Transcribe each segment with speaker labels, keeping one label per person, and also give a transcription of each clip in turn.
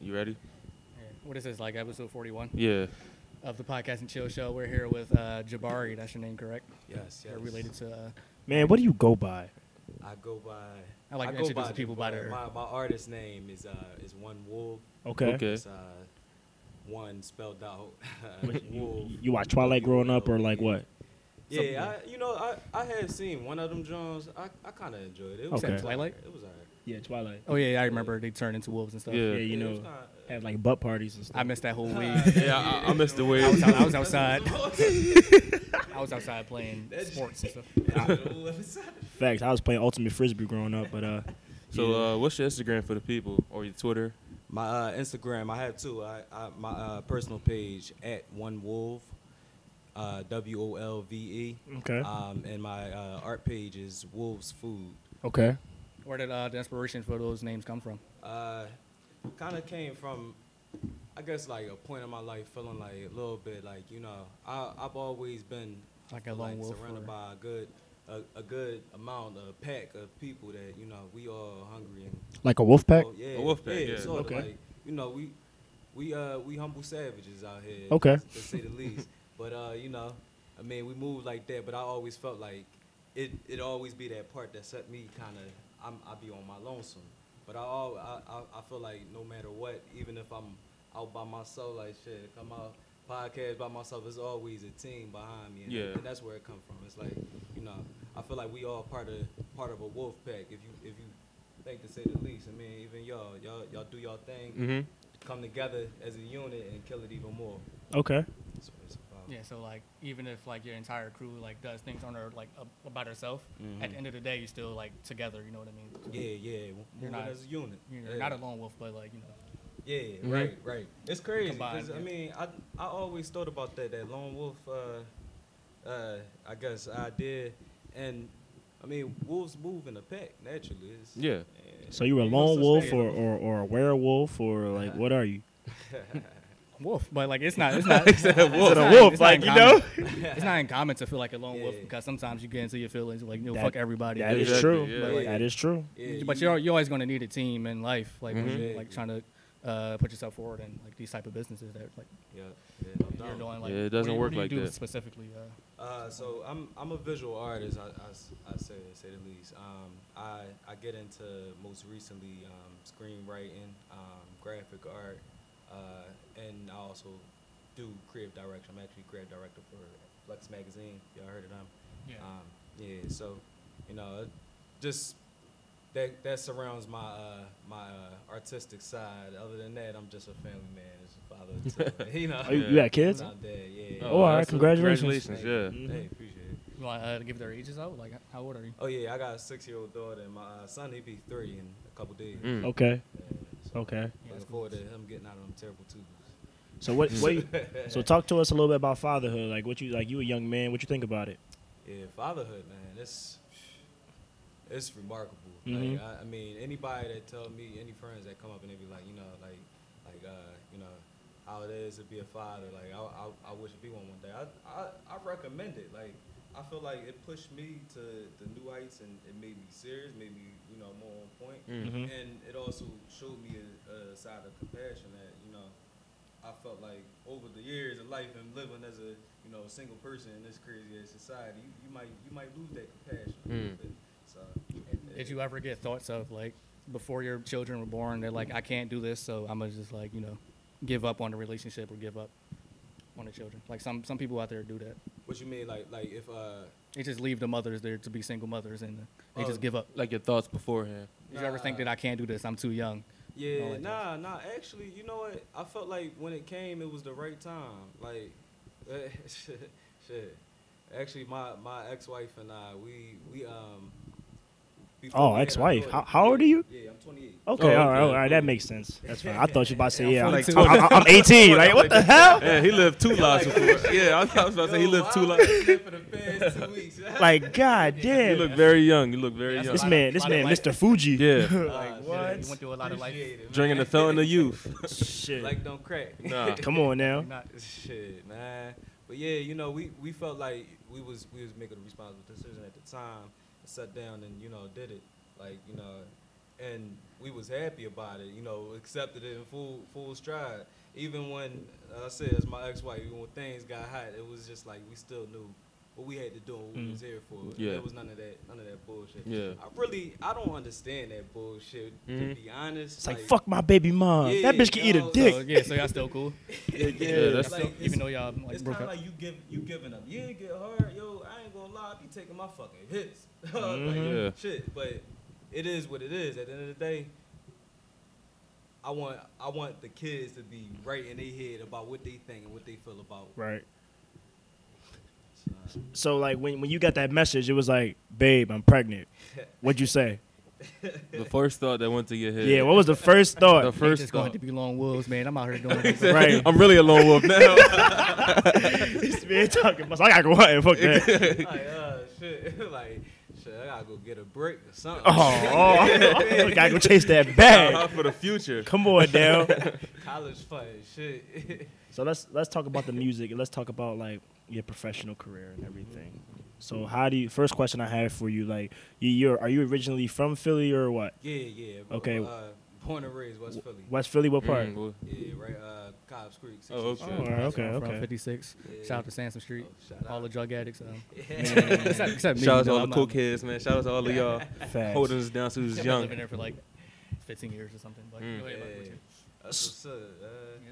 Speaker 1: You ready?
Speaker 2: What is this, like episode 41
Speaker 1: Yeah.
Speaker 2: of the Podcast and Chill Show? We're here with uh, Jabari. That's your name, correct?
Speaker 3: Yes,
Speaker 2: You're related to. Uh,
Speaker 4: Man, what do you go by?
Speaker 3: I go by.
Speaker 2: I like to
Speaker 3: go
Speaker 2: introduce
Speaker 3: by
Speaker 2: people by their-
Speaker 3: My, my artist name is uh is one wolf.
Speaker 4: Okay.
Speaker 1: Okay.
Speaker 3: It's uh one spelled out.
Speaker 4: What, you,
Speaker 3: wolf.
Speaker 4: you watch Twilight growing up or like what?
Speaker 3: Yeah, I, you know I I had seen one of them Jones. I, I kind of enjoyed it. It was
Speaker 4: Okay.
Speaker 3: it was
Speaker 2: Twilight?
Speaker 3: alright. It was alright.
Speaker 4: Yeah, Twilight.
Speaker 2: oh, yeah, I remember they turned into wolves and stuff.
Speaker 1: Yeah.
Speaker 4: Yeah, you
Speaker 3: Yeah,
Speaker 4: know,
Speaker 3: it's not-
Speaker 4: have like butt parties and stuff.
Speaker 2: I missed that whole week.
Speaker 1: Yeah, I- I, I missed the way.
Speaker 2: I was, out, I was outside. I was outside playing sports and stuff.
Speaker 4: Facts. I was playing ultimate frisbee growing up, but uh,
Speaker 1: So, uh, what's your Instagram for the people or your Twitter?
Speaker 3: My uh, Instagram, I have two. I, I my uh, personal page at one wolf, uh, W O L V E.
Speaker 4: okay,
Speaker 3: Um, and my uh, art page is Wolves Food.
Speaker 4: okay,
Speaker 2: Where did uh, the inspiration for those names come from?
Speaker 3: Uh, kind of came from, I guess, like a point in my life feeling like a little bit like you know I I've always been
Speaker 2: Like a lone wolf
Speaker 3: surrounded
Speaker 2: or-
Speaker 3: by a good a, a good amount of pack of people that you know we all hungry and
Speaker 4: like a wolf pack.
Speaker 3: oh, yeah
Speaker 1: A wolf pack, yeah.
Speaker 3: sort
Speaker 4: Okay.
Speaker 3: of like you know we we uh we humble savages out here
Speaker 4: Okay.
Speaker 3: to say the least but uh you know I mean we move like that but I always felt like it it always be that part that set me kind of I'm I be on my lonesome but I, all, I I I feel like no matter what even if I'm out by myself like shit come out podcast by myself it's always a team behind me and,
Speaker 1: Yeah.
Speaker 3: and that's where it come from it's like you know I feel like we all part of part of a wolf pack if you if you think to say the least I mean even y'all y'all y'all do y'all thing
Speaker 1: Mm-hmm.
Speaker 3: come together as a unit and kill it even more
Speaker 4: Okay,
Speaker 3: that's what it's about
Speaker 2: Yeah, so like even if like your entire crew like does things on their like uh, by herself,
Speaker 3: Mm-hmm.
Speaker 2: at the end of the day, you're still like together. You know what I mean? So
Speaker 3: yeah yeah w- moving
Speaker 2: not-
Speaker 3: as a unit
Speaker 2: You're
Speaker 3: yeah.
Speaker 2: not a lone wolf, but like you know.
Speaker 3: Yeah,
Speaker 1: Mm-hmm.
Speaker 3: right, right. It's crazy. 'cause,
Speaker 2: Combined,
Speaker 3: I
Speaker 2: yeah.
Speaker 3: mean, I I always thought about that that lone wolf. Uh, uh, I guess idea, and I mean, wolves move in a pack naturally. It's,
Speaker 1: Yeah.
Speaker 4: so you were a
Speaker 3: Ain't no
Speaker 4: lone
Speaker 3: such
Speaker 4: wolf
Speaker 3: thing.
Speaker 4: or, or, or a werewolf or like what are you?
Speaker 2: Wolf, but like it's not, it's not, it's, not-
Speaker 4: Is it a
Speaker 2: not-
Speaker 4: wolf?
Speaker 2: it's not
Speaker 4: Like you
Speaker 2: uncommon.
Speaker 4: know?
Speaker 2: it's not uncommon to feel like a lone wolf
Speaker 3: Yeah.
Speaker 2: because sometimes you get into your feelings like you know
Speaker 4: That-
Speaker 2: fuck everybody.
Speaker 4: That is
Speaker 1: Exactly,
Speaker 4: true.
Speaker 1: yeah.
Speaker 4: Like, That is true.
Speaker 3: Yeah,
Speaker 2: but
Speaker 3: you-
Speaker 2: you're you're always going to need a team in life, like when you're
Speaker 3: Mhm.
Speaker 2: like trying to uh, put yourself forward in like these type of businesses that like
Speaker 3: yeah, yeah, no
Speaker 2: you're
Speaker 3: doubt.
Speaker 2: doing. Like,
Speaker 1: Yeah, it
Speaker 2: what do
Speaker 1: doesn't
Speaker 2: you-
Speaker 1: work
Speaker 2: what do you
Speaker 1: like
Speaker 2: do
Speaker 1: that.
Speaker 2: specifically. Uh,
Speaker 3: Uh, so I'm I'm a visual artist. I, I s- I say say the least. Um, I I get into most recently um, screenwriting, um, graphic art, uh, and I also do creative direction. I'm actually creative director for Flex Magazine. Y'all heard of them?
Speaker 2: Yeah.
Speaker 3: Um, yeah. So, you know, it just that that surrounds my uh, my uh, artistic side. Other than that, I'm just a family man. It's a father. and son. you know.
Speaker 4: Oh, you, you got kids?
Speaker 3: I'm dead. Yeah.
Speaker 4: Oh, all right,
Speaker 1: that's a-
Speaker 4: congratulations.
Speaker 1: Congratulations.
Speaker 3: Hey, appreciate it.
Speaker 2: you want uh, to give their ages out? Like how old are you?
Speaker 3: Oh yeah, I got a six-year-old daughter, and my uh, son he be three in a couple days.
Speaker 1: Yeah. Mm.
Speaker 4: Okay,
Speaker 3: Yeah, so
Speaker 4: okay.
Speaker 2: Yeah,
Speaker 3: Looking
Speaker 2: that's
Speaker 3: forward to him getting out of them terrible twos.
Speaker 4: So what what? You, so talk to us a little bit about fatherhood. Like what you like you a young man. What you think about it?
Speaker 3: Yeah, fatherhood, man, it's it's remarkable.
Speaker 4: Mhm.
Speaker 3: Like, I, I mean, anybody that tell me, any friends that come up and they be like, you know, like like uh, you know, how it is to be a father. Like I I, I wish to be one one day. I, I I recommend it. Like I feel like it pushed me to the new heights and it made me serious, made me you know more on point.
Speaker 4: Mhm.
Speaker 3: And it also showed me a, a side of compassion that, you know, I felt like over the years of life and living as a, you know, single person in this crazy ass society, you, you might you might lose that compassion. a little
Speaker 1: Mm.
Speaker 3: bit. So
Speaker 2: Did you ever get thoughts of like before your children were born? They're like, I can't do this, so I'm gonna just like you know, give up on the relationship or give up on the children. Like some some people out there do that.
Speaker 3: what you mean like like if uh
Speaker 2: They just leave the mothers there to be single mothers and they
Speaker 3: Oh.
Speaker 2: just give up.
Speaker 1: Like your thoughts beforehand.
Speaker 2: Did you ever think
Speaker 3: Nah.
Speaker 2: that I can't do this? I'm too young.
Speaker 3: Yeah,
Speaker 2: like that.
Speaker 3: nah, nah. Actually, you know what? I felt like when it came, it was the right time. Like, eh, shit, shit. Actually, my, my ex-wife and I, we we um. before
Speaker 4: Oh,
Speaker 3: we had our
Speaker 4: ex-wife.
Speaker 3: daughter-
Speaker 4: How- how old are you?
Speaker 3: Yeah, I'm 28.
Speaker 4: Okay,
Speaker 1: Oh,
Speaker 4: all right,
Speaker 1: okay.
Speaker 4: all right. That makes sense. That's fine. I thought you were about to say yeah.
Speaker 2: Yeah,
Speaker 4: I'm,
Speaker 2: I'm
Speaker 4: like,
Speaker 2: 42.
Speaker 4: I'm, I'm 18. Like what the hell?
Speaker 1: Yeah, he lived two lives before. Yeah, I was, I was about to say he
Speaker 3: Yo,
Speaker 1: lived two
Speaker 3: I've
Speaker 1: lives.
Speaker 3: been here For the past two weeks.
Speaker 4: Like god
Speaker 1: You
Speaker 4: damn.
Speaker 1: look very young. You look very
Speaker 2: That's
Speaker 1: young.
Speaker 4: This
Speaker 2: Lot of-
Speaker 4: man, this
Speaker 2: lot of
Speaker 4: man,
Speaker 2: life.
Speaker 4: Mr. Fuji.
Speaker 1: Yeah.
Speaker 3: like
Speaker 2: You went through a lot of life.
Speaker 1: Drinking the fountain of youth.
Speaker 4: Shit. Ah,
Speaker 3: Like don't crack.
Speaker 1: Nah.
Speaker 4: Come on now.
Speaker 2: You're not.
Speaker 3: Shit, man. But yeah, you know, we, we felt like we was we was making a responsible decision at the time. Sat down and you know did it. Like you know, and we was happy about it. You know, accepted it in full full stride. Even when like I said, as my ex-wife, even when things got hot, it was just like we still knew what we had to do, and what we was here for.
Speaker 1: Yeah.
Speaker 3: There was none of that, none of that bullshit.
Speaker 1: Yeah.
Speaker 3: I really, I don't understand that bullshit. To
Speaker 1: Mhm.
Speaker 3: be honest,
Speaker 4: It's like, fuck my baby mom.
Speaker 3: Yeah,
Speaker 4: that bitch can eat a
Speaker 3: y'all-
Speaker 4: dick.
Speaker 2: So, yeah, so y'all still cool.
Speaker 1: Yeah, that's-
Speaker 3: like, it's-
Speaker 2: even though y'all like
Speaker 3: it's
Speaker 2: broke
Speaker 3: kind of
Speaker 2: up.
Speaker 3: like you give you giving up. Yeah, get hard, yo. I ain't gonna lie, I be taking my fucking hits. Like,
Speaker 1: Mhm. Yeah.
Speaker 3: Shit, but it is what it is. At the end of the day, I want I want the kids to be right in their head about what they think and what they feel about.
Speaker 4: Right.
Speaker 3: So,
Speaker 4: So like when when you got that message, it was like, babe, I'm pregnant. What'd you say?
Speaker 1: The first thought that went to your head.
Speaker 4: Yeah. What was the first thought?
Speaker 1: the
Speaker 2: First
Speaker 1: first
Speaker 2: just going
Speaker 1: thought.
Speaker 2: to be long wolves, man. I'm out here doing this.
Speaker 4: right.
Speaker 1: I'm really a lone wolf now.
Speaker 4: This man talking about. I gotta go out and fuck that.
Speaker 3: like, uh, shit, like, shit, I gotta go get a break or something.
Speaker 4: Oh, oh, I gotta go chase that bag.
Speaker 1: for the future.
Speaker 4: Come on, Dale.
Speaker 3: College fun, shit.
Speaker 4: So let's let's talk about the music and let's talk about like your professional career and everything. So how do you? First question I have for you, like you, you're are you originally from Philly or what?
Speaker 3: yeah, yeah. bro.
Speaker 4: Okay.
Speaker 3: Uh, born and raised West Philly.
Speaker 4: West Philly, what
Speaker 1: Mm,
Speaker 4: part?
Speaker 3: Yeah, right. Uh, Cobb's Creek.
Speaker 1: Oh,
Speaker 3: 66.
Speaker 1: okay.
Speaker 4: Oh, all right, okay,
Speaker 2: From
Speaker 4: okay.
Speaker 2: 56.
Speaker 3: Yeah.
Speaker 2: Shout out to Sansom Street.
Speaker 3: Oh, shout
Speaker 2: all
Speaker 3: out.
Speaker 2: the drug addicts. Um,
Speaker 3: Yeah.
Speaker 2: except, except me.
Speaker 1: Shout out to
Speaker 2: no,
Speaker 1: all
Speaker 2: I'm
Speaker 1: the
Speaker 2: not-
Speaker 1: coke heads, man. Shout out to all of y'all
Speaker 4: Facts.
Speaker 1: holding us down since we was
Speaker 2: I've
Speaker 1: young.
Speaker 2: been there for like 15 years or something. But
Speaker 1: Mm.
Speaker 2: go ahead, Mike, what Oh, you-
Speaker 3: That's what's up. Uh,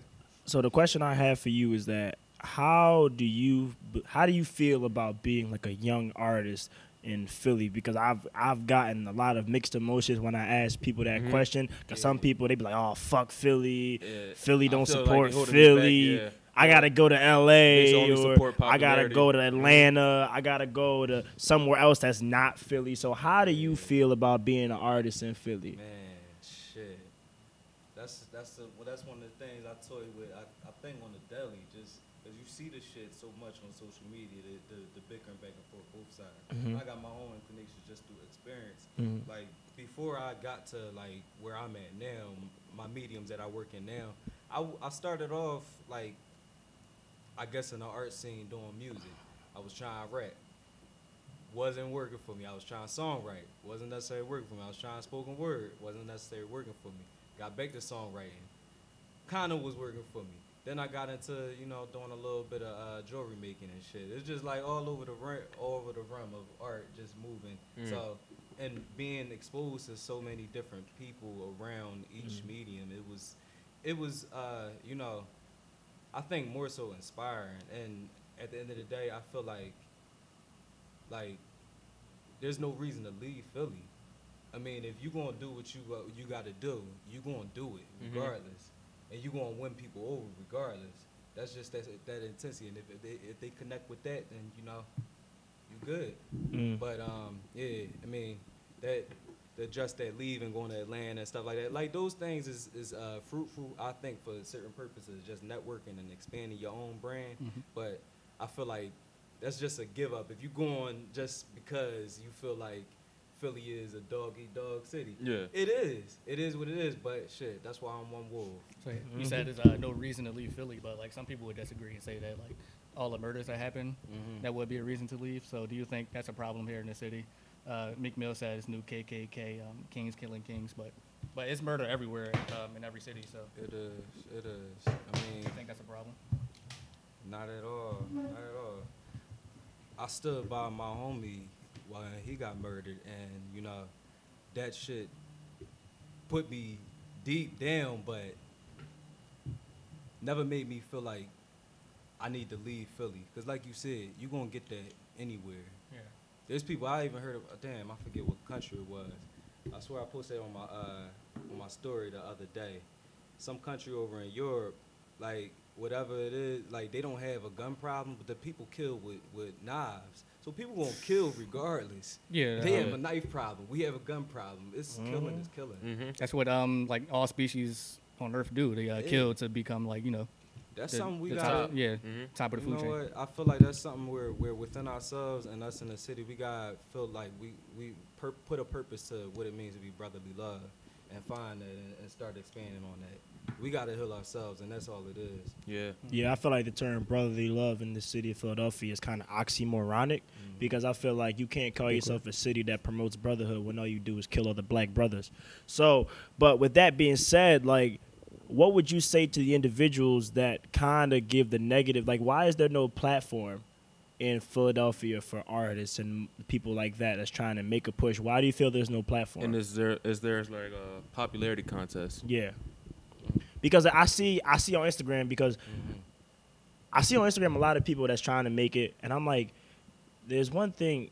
Speaker 4: So the question I have for you is that how do you how do you feel about being like a young artist in Philly? Because I've I've gotten a lot of mixed emotions when I ask people that
Speaker 1: Mhm.
Speaker 4: question. Because some
Speaker 3: Yeah.
Speaker 4: people they be like, "Oh fuck Philly,
Speaker 1: Yeah.
Speaker 4: Philly
Speaker 1: I
Speaker 4: don't
Speaker 1: feel like
Speaker 4: support
Speaker 1: they holding us
Speaker 4: Philly."
Speaker 1: back, yeah.
Speaker 4: I gotta go to
Speaker 1: They
Speaker 4: L.A.
Speaker 1: only
Speaker 4: or
Speaker 1: support
Speaker 4: I gotta
Speaker 1: popularity. Mm-hmm.
Speaker 4: go to Atlanta. I gotta go to somewhere else that's not Philly. So how do you feel about being an artist in Philly?
Speaker 3: man, shit. That's that's the well, that's one of the things I toy with. I, I think on the daily, just because you see the shit so much on social media, the the, the bickering back and forth, both sides.
Speaker 4: Mhm.
Speaker 3: I got my own inclinations just through experience.
Speaker 4: Mhm.
Speaker 3: Like before I got to like where I'm at now, my mediums that I work in now, I w- I started off like I guess in the art scene doing music. I was trying to rap. Wasn't working for me. I was trying to songwrite. Wasn't necessarily working for me. I was trying spoken word. Wasn't necessarily working for me. Got back to songwriting. Kind of was working for me. Then I got into you know doing a little bit of uh, jewelry making and shit. It's just like all over the realm, all over the realm of art, just moving.
Speaker 1: Mm.
Speaker 3: So and being exposed to so many different people around each medium, it was, it was uh, you know I think more so inspiring. And at the end of the day, I feel like, like, there's no reason to leave Philly. I mean, if you gonna do what you uh, you gotta do, you gonna do it
Speaker 1: Mhm.
Speaker 3: regardless, and you gonna win people over regardless. That's just that that intensity, and if, if they if they connect with that, then you know, you good.
Speaker 4: Mm.
Speaker 3: But um, yeah, I mean that the just that leave and going to Atlanta and stuff like that. Like those things is is uh, fruitful, I think, for certain purposes, just networking and expanding your own brand. But I feel like that's just a give up if you going just because you feel like Philly is a dog eat dog city.
Speaker 1: Yeah.
Speaker 3: It is. It is what it is. But shit, that's why I'm one wolf.
Speaker 2: So you said there's uh, no reason to leave Philly, but like some people would disagree and say that like all the murders that happen, that would be a reason to leave. So do you think that's a problem here in the city? Uh, Meek Mill says new KKK, um, Kings killing Kings, but but it's murder everywhere um, in every city. So
Speaker 3: It is. It is. I mean,
Speaker 2: do you think that's a problem?
Speaker 3: Not at all. Not at all. I stood by my homie when he got murdered, and you know, that shit put me deep down, but never made me feel like I need to leave Philly. Cause like you said, you gonna get that anywhere.
Speaker 2: Yeah.
Speaker 3: There's people I even heard of. Damn, I forget what country it was. I swear I posted it on my uh, on my story the other day. Some country over in Europe, like whatever it is, like they don't have a gun problem, but the people kill with, with knives. So people gonna kill regardless.
Speaker 2: Yeah.
Speaker 3: They
Speaker 2: um,
Speaker 3: have a knife problem. We have a gun problem. It's killing. It's killing.
Speaker 1: Mm-hmm.
Speaker 2: that's what um like all species on Earth do. They uh,
Speaker 3: Yeah.
Speaker 2: kill to become like you know
Speaker 3: That's
Speaker 2: the,
Speaker 3: something we
Speaker 2: the
Speaker 3: got.
Speaker 2: top, yeah
Speaker 1: Mhm.
Speaker 2: top of the
Speaker 3: you
Speaker 2: food
Speaker 3: know
Speaker 2: chain.
Speaker 3: what? I feel like that's something we're we're within ourselves and us in the city. We got feel like we we per- put a purpose to what it means to be brotherly love, and find that and, and start expanding on that. We gotta heal ourselves, and that's all it is.
Speaker 1: Yeah.
Speaker 4: Yeah, I feel like the term brotherly love in the city of Philadelphia is kind of oxymoronic because I feel like you can't call yourself a city that promotes brotherhood when all you do is kill other black brothers. So, but with that being said, like, what would you say to the individuals that kind of give the negative? Like, why is there no platform in Philadelphia for artists and people like that that's trying to make a push? Why do you feel there's no platform?
Speaker 1: And is there is there like a popularity contest?
Speaker 4: Yeah. Because I see I see on Instagram because I see on Instagram a lot of people that's trying to make it and I'm like there's one thing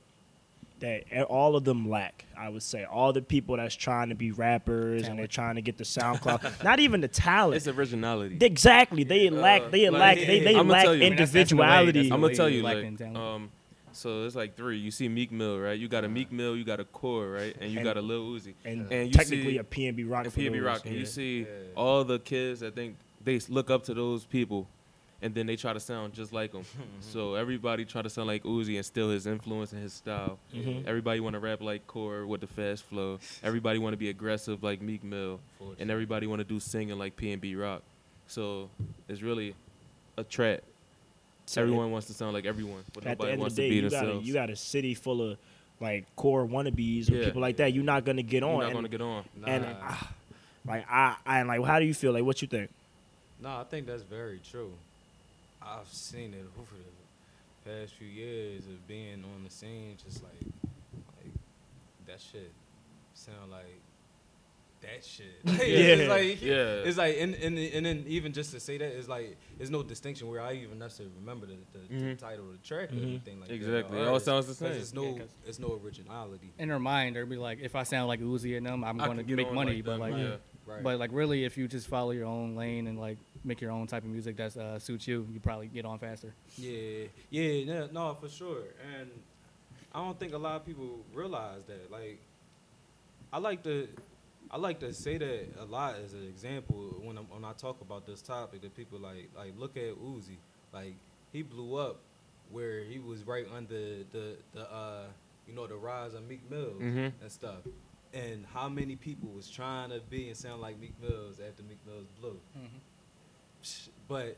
Speaker 4: that e- all of them lack, I would say. All the people that's trying to be rappers and they're
Speaker 2: Talent.
Speaker 4: trying to get the SoundCloud, not even the talent.
Speaker 1: It's originality.
Speaker 4: exactly. They
Speaker 1: Uh,
Speaker 4: lack they
Speaker 1: like-
Speaker 4: lack they, they
Speaker 1: I'ma
Speaker 4: lack
Speaker 1: tell you. I mean,
Speaker 2: that's- that's the way-
Speaker 4: individuality.
Speaker 2: that's the
Speaker 1: I'm gonna
Speaker 2: way
Speaker 1: tell
Speaker 2: you
Speaker 1: you,
Speaker 2: like
Speaker 1: like,
Speaker 2: them down.
Speaker 1: um, so it's like three. You see Meek Mill, right? You got a Meek Mill, you got a Core, right, and you
Speaker 4: And-
Speaker 1: got a Lil Uzi,
Speaker 4: and
Speaker 1: and you
Speaker 4: technically
Speaker 1: see-
Speaker 4: a PNB rock
Speaker 1: and
Speaker 4: for
Speaker 1: PB
Speaker 4: those,
Speaker 1: Rock, and
Speaker 4: yeah.
Speaker 1: you see
Speaker 3: Yeah.
Speaker 1: all the kids that think they s- look up to those people, and then they try to sound just like them.
Speaker 4: Mm-hmm.
Speaker 1: so everybody try to sound like Uzi and steal his influence and his style.
Speaker 4: Mhm.
Speaker 1: Everybody want to rap like Core with the fast flow. Everybody want to be aggressive like Meek Mill, and everybody want to do singing like PNB Rock. So it's really a trap.
Speaker 4: So it-
Speaker 1: everyone wants to sound like everyone, but
Speaker 4: at the
Speaker 1: nobody
Speaker 4: end
Speaker 1: wants
Speaker 4: of the day,
Speaker 1: to be
Speaker 4: you got, a,
Speaker 1: themselves.
Speaker 4: you got a city full of like core wannabes or
Speaker 1: Yeah.
Speaker 4: people like that. You're not gonna get on.
Speaker 1: You're not
Speaker 4: and
Speaker 1: gonna get on.
Speaker 3: Nah,
Speaker 4: and ah, like I, I and like how do you feel? Like what you think?
Speaker 3: nah, I think that's very true. I've seen it over the past few years of being on the scene, just like, like that shit sound like that shit. Like, it's
Speaker 4: Yeah.
Speaker 3: just like,
Speaker 1: Yeah.
Speaker 3: It's like, and, and and then even just to say that, it's like, there's no distinction where I even necessarily remember the, the, the
Speaker 1: Mhm.
Speaker 3: title of the track or
Speaker 4: Mhm.
Speaker 3: anything like that.
Speaker 1: Exactly.
Speaker 3: or
Speaker 1: It all
Speaker 3: artist,
Speaker 1: sounds the
Speaker 3: 'cause
Speaker 1: same.
Speaker 3: It's no,
Speaker 2: Yeah, 'cause-
Speaker 3: it's no originality.
Speaker 2: in their mind, they'll be like, if I sound like Uzi and them, I'm
Speaker 1: I
Speaker 2: going
Speaker 1: could get
Speaker 2: to make
Speaker 1: on
Speaker 2: money.
Speaker 1: like
Speaker 2: but
Speaker 1: them,
Speaker 2: like,
Speaker 1: yeah.
Speaker 3: Right.
Speaker 2: but like, really, if you just follow your own lane and like make your own type of music that uh, suits you, you probably get on faster.
Speaker 3: Yeah, yeah, no, no, for sure. And I don't think a lot of people realize that. Like, I like to, I like to say that a lot as an example when I'm, when I talk about this topic that people like like look at Uzi, like he blew up where he was right under the the uh, you know the rise of Meek Mill
Speaker 1: Mhm.
Speaker 3: and stuff. And how many people was trying to be and sound like Meek Mills after Meek Mills blew? Psh, but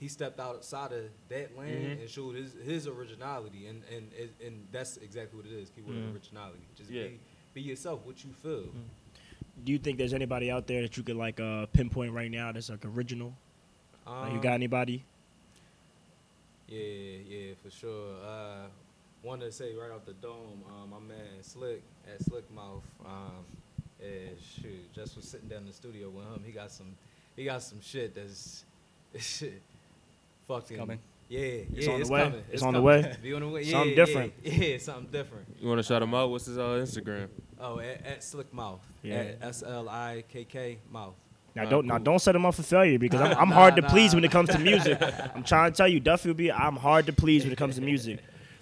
Speaker 3: he stepped outside of that lane
Speaker 1: Mhm.
Speaker 3: and showed his, his originality and, and and- and that's exactly what it is keyword
Speaker 4: Mm.
Speaker 3: originality just
Speaker 1: Yeah.
Speaker 3: be, be yourself what you feel
Speaker 4: Do you think there's anybody out there that you could like uh, pinpoint right now that's like original? like you
Speaker 3: Um,
Speaker 4: got anybody?
Speaker 3: yeah yeah for sure uh want to say right off the dome um, my man slick at slick mouth um yeah, shoot just was sitting down in the studio with him he got some he got some shit that's fucking
Speaker 2: coming.
Speaker 3: yeah
Speaker 4: It's
Speaker 3: yeah,
Speaker 4: on the
Speaker 3: it's
Speaker 4: way.
Speaker 3: coming
Speaker 4: It's on the
Speaker 3: coming.
Speaker 4: way.
Speaker 3: be on the way
Speaker 4: Something
Speaker 3: yeah, yeah,
Speaker 4: different.
Speaker 3: yeah something different
Speaker 1: You want to shout him out? What's his uh, Instagram?
Speaker 3: Oh, at, at Slick Mouth.
Speaker 4: Yeah.
Speaker 3: At S L I K K Mouth.
Speaker 4: Now
Speaker 1: Nah,
Speaker 4: don't now
Speaker 1: cool.
Speaker 4: don't set them up for failure because I'm,
Speaker 3: Nah,
Speaker 4: I'm hard
Speaker 3: nah,
Speaker 4: to please
Speaker 3: nah.
Speaker 4: when it comes to music. I'm trying to tell you, Duffy will be. I'm hard to please when it comes to music.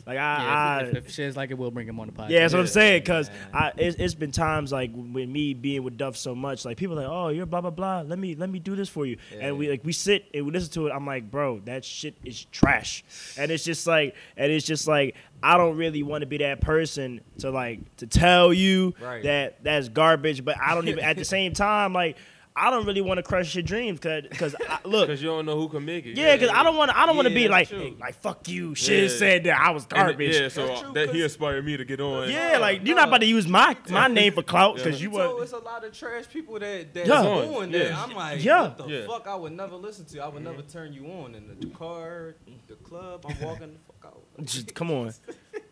Speaker 4: Like I,
Speaker 2: Yeah, if,
Speaker 4: I
Speaker 2: if, if shit's like it, we'll bring him on the podcast.
Speaker 4: Yeah, that's what I'm
Speaker 3: Yeah.
Speaker 4: saying. Cause
Speaker 3: Yeah.
Speaker 4: I, it's, it's been times like with me being with Duff so much, like people are like, oh, you're blah blah blah. Let me let me do this for you.
Speaker 3: Yeah.
Speaker 4: And we like we sit and we listen to it. I'm like, bro, that shit is trash. And it's just like, and it's just like, I don't really want to be that person to like to tell you
Speaker 3: Right.
Speaker 4: that that's garbage. But I don't even at the same time like. I don't really want to crush your dreams, cause, cause I, look,
Speaker 1: Because you don't know who can make it.
Speaker 4: yeah, cause I don't want, to I don't want to be
Speaker 3: Yeah, that's
Speaker 4: like,
Speaker 3: true.
Speaker 4: like fuck you, shit
Speaker 1: Yeah.
Speaker 4: said that I was
Speaker 1: And it-
Speaker 4: garbage.
Speaker 1: Yeah, so
Speaker 3: That's true,
Speaker 1: that he
Speaker 3: 'cause-
Speaker 1: inspired me to get on.
Speaker 4: Yeah, like you're not
Speaker 3: nah.
Speaker 4: about to use my my name for clout because you
Speaker 3: so
Speaker 4: were.
Speaker 3: it's a lot of trash people that that's
Speaker 4: Yeah.
Speaker 3: doing that.
Speaker 1: Yeah.
Speaker 3: I'm like,
Speaker 4: Yeah.
Speaker 3: what the
Speaker 1: Yeah.
Speaker 3: fuck? I would never listen to. I would never turn you on in the car, the club. I'm walking the fuck
Speaker 4: Just-
Speaker 3: out.
Speaker 4: Come on,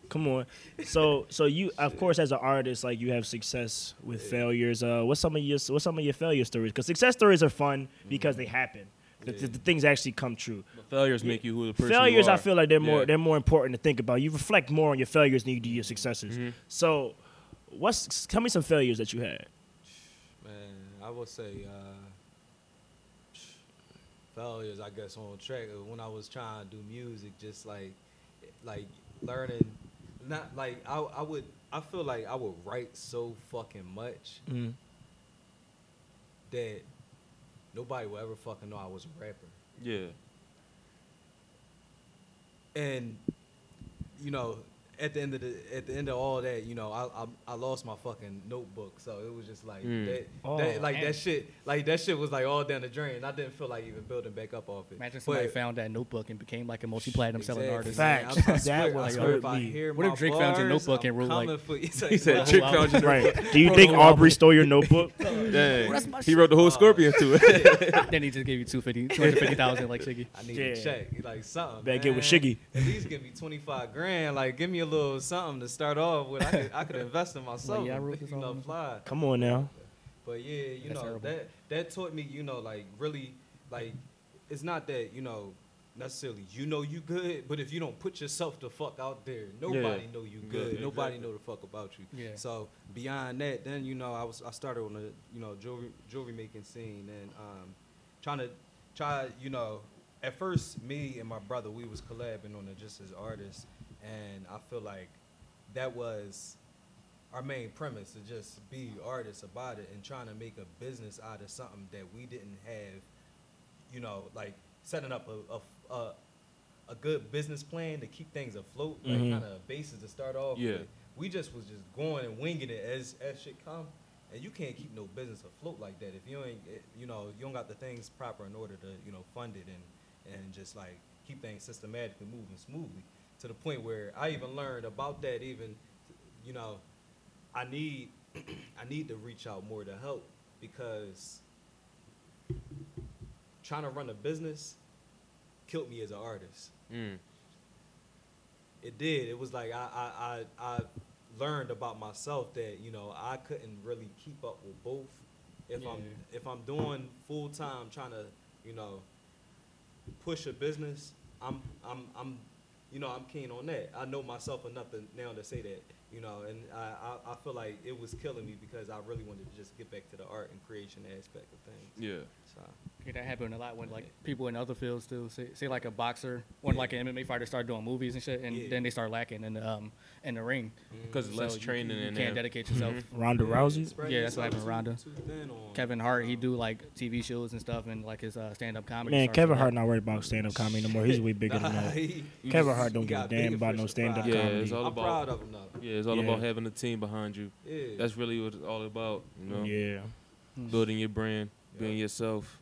Speaker 4: come on. So so you of course as an artist like you have success with failures. Uh, what's some of your what's some of your failure stories? Because success stories are fun because they happen. The, the-
Speaker 3: Yeah.
Speaker 4: the things actually come true.
Speaker 1: failures make you who the person
Speaker 4: failures,
Speaker 1: you are.
Speaker 4: I feel like they're more
Speaker 1: Yeah.
Speaker 4: they're more important to think about. You reflect more on your failures than you do your successes.
Speaker 1: Mm-hmm.
Speaker 4: So, what's tell me some failures that you had?
Speaker 3: Man, I would say uh, failures. I guess on track of when I was trying to do music, just like like learning. Not like I, I would. I feel like I would write so fucking much
Speaker 4: Mm.
Speaker 3: that nobody will ever fucking know I was a rapper.
Speaker 1: Yeah.
Speaker 3: And you know, at the end of the at the end of all that, you know, I I, I lost my fucking notebook, so it was just like
Speaker 2: Hmm.
Speaker 1: Mm.
Speaker 3: that,
Speaker 4: Oh,
Speaker 3: that- like
Speaker 2: man.
Speaker 3: that shit, like that shit was like all down the drain. I didn't feel like even building back up off it.
Speaker 2: Imagine somebody
Speaker 3: But-
Speaker 2: found that notebook and became like a multi-platinum selling
Speaker 3: Exactly,
Speaker 2: artist.
Speaker 3: man.
Speaker 4: Facts.
Speaker 3: I'm- I
Speaker 4: That
Speaker 3: swear-
Speaker 4: would
Speaker 3: I swear if
Speaker 4: hurt
Speaker 3: I
Speaker 4: me.
Speaker 3: hear
Speaker 2: What if
Speaker 3: my
Speaker 2: Drake found your
Speaker 3: bars,
Speaker 2: notebook
Speaker 3: I'm
Speaker 2: and wrote, like-
Speaker 3: coming for you. It's
Speaker 1: He
Speaker 3: like,
Speaker 1: said
Speaker 3: nah.
Speaker 1: Chick found your
Speaker 4: Right. Do you think Aubrey stole your notebook?
Speaker 1: Dang. He wrote the whole
Speaker 3: Oh,
Speaker 1: scorpion to it.
Speaker 2: then he just gave you 250 250,000 like Shiggy.
Speaker 3: I need
Speaker 4: Yeah.
Speaker 3: a check, like something.
Speaker 4: Better get with
Speaker 3: man.
Speaker 4: Shiggy.
Speaker 3: At least give me twenty five grand. Like, give me a little something to start off with. I could, I could invest in myself.
Speaker 2: yeah, I wrote
Speaker 3: and,
Speaker 2: this
Speaker 3: you know,
Speaker 2: on-
Speaker 3: fly.
Speaker 4: Come on now.
Speaker 3: But yeah, you
Speaker 2: That's
Speaker 3: know
Speaker 2: terrible.
Speaker 3: that that taught me, you know, like really, like it's not that you know necessarily you know you good, but if you don't put yourself the fuck out there, nobody know you
Speaker 1: Yeah,
Speaker 3: good. Nobody
Speaker 1: exactly.
Speaker 3: know the fuck about you.
Speaker 2: Yeah.
Speaker 3: So beyond that, then you know I was I started on the you know jewelry jewelry making scene and um, trying to try you know at first me and my brother we was collabing on it just as artists, and I feel like that was our main premise to just be artists about it and trying to make a business out of something that we didn't have, you know, like setting up a a, a, a good business plan to keep things afloat,
Speaker 1: Mm-hmm.
Speaker 4: Mhm.
Speaker 3: like kind of basis to start off.
Speaker 1: Yeah.
Speaker 3: with. we just was just going and winging it as as shit come, and you can't keep no business afloat like that if you ain't, eh, you know, you don't got the things proper in order to you know fund it and and just like keep things systematically moving smoothly to the point where I even learned about that even, you know, I need I need to reach out more to help because trying to run a business killed me as an artist.
Speaker 1: Mm.
Speaker 3: It did. It was like I I, I, I learned about myself that you know I couldn't really keep up with both. If I'm
Speaker 2: Yeah.
Speaker 3: if I'm doing full time trying to you know push a business, I'm I'm I'm you know I'm keen on that. I know myself enough to, now to say that you know, and I, I I feel like it was killing me because I really wanted to just get back to the art and creation aspect of things.
Speaker 1: Yeah.
Speaker 3: So
Speaker 2: Yeah, that happened a lot when like people in other fields too. Say, say like a boxer or like an MMA fighter start doing movies and shit, and
Speaker 3: Yeah.
Speaker 2: then they start lacking in the um in the ring.
Speaker 1: Because less
Speaker 2: So you-
Speaker 1: training Mm-hmm.
Speaker 2: you,
Speaker 1: and
Speaker 2: can't dedicate yourself.
Speaker 4: Ronda Rousey.
Speaker 3: Spread
Speaker 2: Yeah, that's what
Speaker 3: yourself
Speaker 2: happened to
Speaker 3: too- too thin on-
Speaker 2: Kevin Hart, he do like TV shows and stuff, and like his uh, stand up comedy.
Speaker 4: Man,
Speaker 2: starts
Speaker 4: Kevin
Speaker 2: to-
Speaker 4: Hart not worried about stand up comedy no more. He's way bigger than
Speaker 3: Nah,
Speaker 4: that.
Speaker 3: he-
Speaker 4: Kevin Hart don't
Speaker 3: he
Speaker 4: give a
Speaker 3: got
Speaker 4: damn
Speaker 3: bigger
Speaker 4: about
Speaker 3: fish
Speaker 4: no
Speaker 3: to
Speaker 4: stand up
Speaker 3: fry.
Speaker 1: Yeah,
Speaker 4: comedy.
Speaker 1: it's all
Speaker 3: I'm
Speaker 1: about-
Speaker 3: proud of him though.
Speaker 1: Yeah, it's all
Speaker 4: Yeah.
Speaker 1: about having a team behind you.
Speaker 3: Yeah.
Speaker 1: That's really what it's all about, you know?
Speaker 4: Yeah.
Speaker 1: Building your brand,
Speaker 3: Yeah.
Speaker 1: being yourself.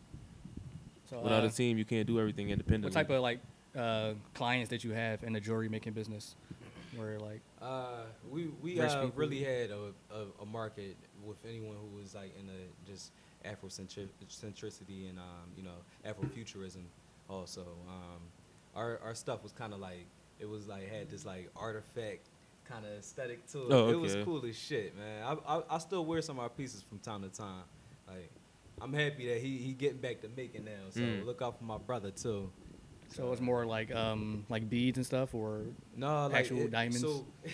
Speaker 2: So,
Speaker 1: Without
Speaker 2: uh,
Speaker 1: a team, you can't do everything independently.
Speaker 2: what type of like uh, clients that you have in the jewelry making business? Where like
Speaker 3: Uh, we we
Speaker 2: Rich
Speaker 3: uh,
Speaker 2: people.
Speaker 3: really had a, a, a market with anyone who was like in a just Afrocentricity and um, you know Afrofuturism also. Um, our our stuff was kind of like it was like had this like artifact kind of aesthetic to it.
Speaker 1: Oh,
Speaker 3: It was
Speaker 1: okay.
Speaker 3: cool as shit, man. I, I I still wear some of our pieces from time to time. Like I'm happy that he he getting back to making now. So
Speaker 1: Mm.
Speaker 3: look out for my brother too.
Speaker 2: so it's more like um like beads and stuff or
Speaker 3: No, like
Speaker 2: Actual
Speaker 3: it-
Speaker 2: diamonds?
Speaker 3: So,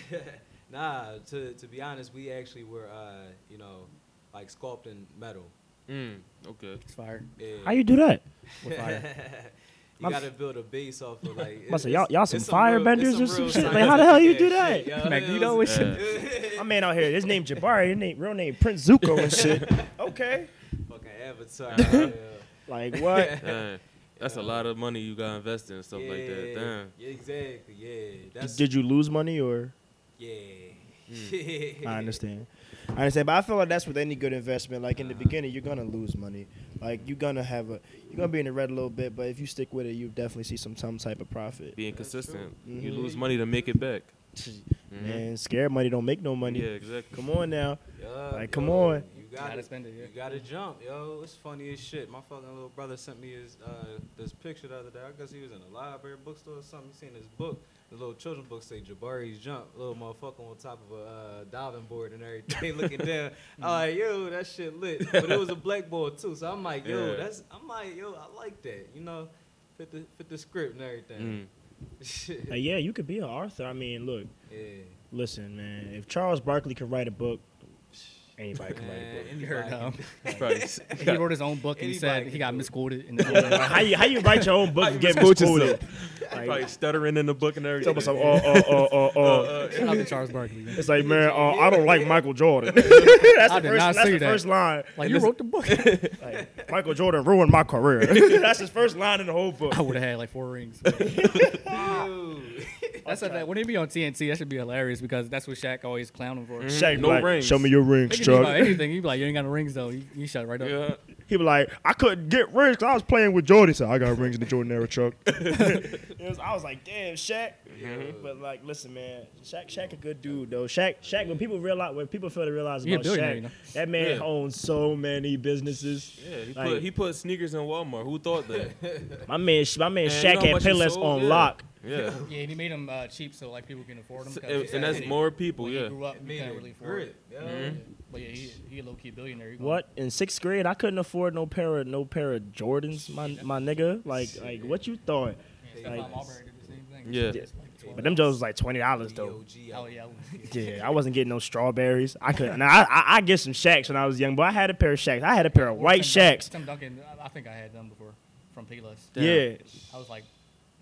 Speaker 3: nah, to to be honest, we actually were, uh, you know, like sculpting metal.
Speaker 1: Mm, okay.
Speaker 2: it's fire.
Speaker 3: Yeah.
Speaker 4: How you do that?
Speaker 2: With fire.
Speaker 3: You
Speaker 4: My-
Speaker 3: gotta build a base off of like.
Speaker 4: Must say,
Speaker 3: it's-
Speaker 4: y'all- y'all
Speaker 3: it's
Speaker 4: some
Speaker 3: real- it's
Speaker 4: firebenders or some
Speaker 3: real
Speaker 4: shit? Like, how the hell you do
Speaker 3: scientific
Speaker 4: that?
Speaker 3: shit, yo.
Speaker 2: Magneto
Speaker 3: It was-
Speaker 1: and
Speaker 4: My man out here, his name Jabari, his name, real name Prince Zuko and shit. Okay.
Speaker 3: Fucking Avatar.
Speaker 1: Uh-huh.
Speaker 3: yeah.
Speaker 4: Like what?
Speaker 1: Dang. That's a lot of money you got invested in stuff like that.
Speaker 3: Yeah,
Speaker 1: Damn.
Speaker 3: yeah, Exactly. Yeah. That's.
Speaker 4: Did you lose money or?
Speaker 1: Hmm.
Speaker 3: Yeah.
Speaker 4: I understand. I understand, but I feel like that's with any good investment. Like in the beginning, you're gonna lose money. Like you're gonna have a, you're gonna be in the red a little bit, but if you stick with it, you definitely see some some type of profit.
Speaker 1: Being
Speaker 3: That's
Speaker 1: consistent.
Speaker 4: true.
Speaker 1: You
Speaker 4: Mhm.
Speaker 1: lose money to make it back. Mhm.
Speaker 4: Man, scared money don't make no money.
Speaker 1: Yeah, exactly.
Speaker 4: Come on now.
Speaker 3: Yeah,
Speaker 4: Like, come
Speaker 3: yo,
Speaker 4: on.
Speaker 3: You
Speaker 2: Gotta
Speaker 3: gotta
Speaker 2: spend it, yeah.
Speaker 3: You gotta jump, yo. It's funny as shit. My fucking little brother sent me his uh, this picture the other day. I guess he was in a library, bookstore, or something. He seen this book. The little children's book say Jabari's jump. Little motherfucker on top of a uh, diving board and everything, looking down.
Speaker 2: Mm.
Speaker 3: I'm like, yo, that shit lit. But it was a blackboard too, so I'm like, yo,
Speaker 1: Yeah.
Speaker 3: that's. I'm like, yo, I like that. You know, fit the fit the script and everything.
Speaker 1: Mm.
Speaker 3: Shit.
Speaker 4: Like, yeah, you could be an Arthur. I mean, look,
Speaker 3: yeah.
Speaker 4: listen, man. If Charles Barkley could write a book, anybody can write a
Speaker 3: Man,
Speaker 4: book.
Speaker 2: You heard
Speaker 3: anybody
Speaker 2: him.
Speaker 3: can
Speaker 2: He wrote his own book and he
Speaker 3: Anybody
Speaker 2: said he
Speaker 3: can
Speaker 2: got
Speaker 3: do it.
Speaker 2: misquoted. In
Speaker 4: Like,
Speaker 2: the
Speaker 4: how you how you write your own book and get
Speaker 1: misquote
Speaker 4: misquoted?
Speaker 1: Probably
Speaker 4: Like,
Speaker 1: stuttering in the book and
Speaker 4: tell
Speaker 1: everything.
Speaker 4: me some, oh, oh, oh, oh, oh.
Speaker 2: Shout out to Charles Barkley. man.
Speaker 4: It's like, man, uh, I don't like Michael Jordan. that's the,
Speaker 2: did
Speaker 4: first,
Speaker 2: not
Speaker 4: that's
Speaker 2: say
Speaker 4: the
Speaker 2: that.
Speaker 4: first line.
Speaker 2: Like you wrote the book.
Speaker 4: Like, Michael Jordan ruined my career. That's his first line in the whole book.
Speaker 2: I would have had like four rings.
Speaker 3: Dude.
Speaker 2: That's a, that, when it be on TNT, that should be hilarious because that's what Shaq always clowned him for.
Speaker 1: Mhm.
Speaker 4: Shaq be
Speaker 1: No
Speaker 4: like,
Speaker 1: rings.
Speaker 4: show me your
Speaker 2: They
Speaker 4: rings,
Speaker 2: could be about
Speaker 4: Chuck.
Speaker 2: anything. He'd be like, you ain't got no rings though. He, he shut right up.
Speaker 1: Yeah.
Speaker 4: He be like, I couldn't get rings 'cause I was playing with Jordan. So I got rings in the Jordan era, Chuck. It was- I was like, damn, Shaq. But like, listen, man, Shaq, Shaq a good dude though. Shaq, Shaq. When people realize, when people fail to realize
Speaker 2: He a
Speaker 4: about
Speaker 2: billionaire, you
Speaker 4: Shaq,
Speaker 2: know.
Speaker 4: that man
Speaker 1: Yeah.
Speaker 4: owns so many businesses.
Speaker 1: Yeah, he
Speaker 4: Like-
Speaker 1: put he put sneakers in Walmart. Who thought that?
Speaker 4: My man, my man,
Speaker 1: And you know
Speaker 4: Shaq
Speaker 1: how
Speaker 4: had
Speaker 1: much he
Speaker 4: Payless
Speaker 1: sold?
Speaker 4: on
Speaker 1: Yeah.
Speaker 4: lock.
Speaker 1: Yeah,
Speaker 2: Yeah, and he made them uh, cheap so like people can afford them.
Speaker 1: So- and, and that's more people.
Speaker 2: When
Speaker 1: Yeah,
Speaker 2: you grew up,
Speaker 3: It
Speaker 2: you
Speaker 3: made
Speaker 2: can't
Speaker 3: it
Speaker 2: really afford
Speaker 3: good.
Speaker 2: it. Mm-hmm.
Speaker 3: Yeah.
Speaker 1: Mhm.
Speaker 2: But yeah, he he a low key billionaire. He gonna-
Speaker 4: What in sixth grade? I couldn't afford no pair of no pair of Jordans, my my nigga. Like like what you thought?
Speaker 2: Yeah,
Speaker 4: Like-
Speaker 2: Stephon Marbury did the same thing.
Speaker 1: Yeah.
Speaker 2: It's like 12.
Speaker 4: But them Jones was like twenty dollars though.
Speaker 3: DOG
Speaker 2: Oh
Speaker 3: out.
Speaker 2: yeah. I would-
Speaker 4: Yeah, I wasn't getting no strawberries. I could. Now I, I I get some shacks when I was young, but I had a pair of shacks. I had a pair of
Speaker 2: Or
Speaker 4: white
Speaker 2: Tim
Speaker 4: shacks.
Speaker 2: Dun- Tim Duncan, I- I think I had them before from Payless.
Speaker 1: Damn.
Speaker 4: Yeah,
Speaker 2: I was like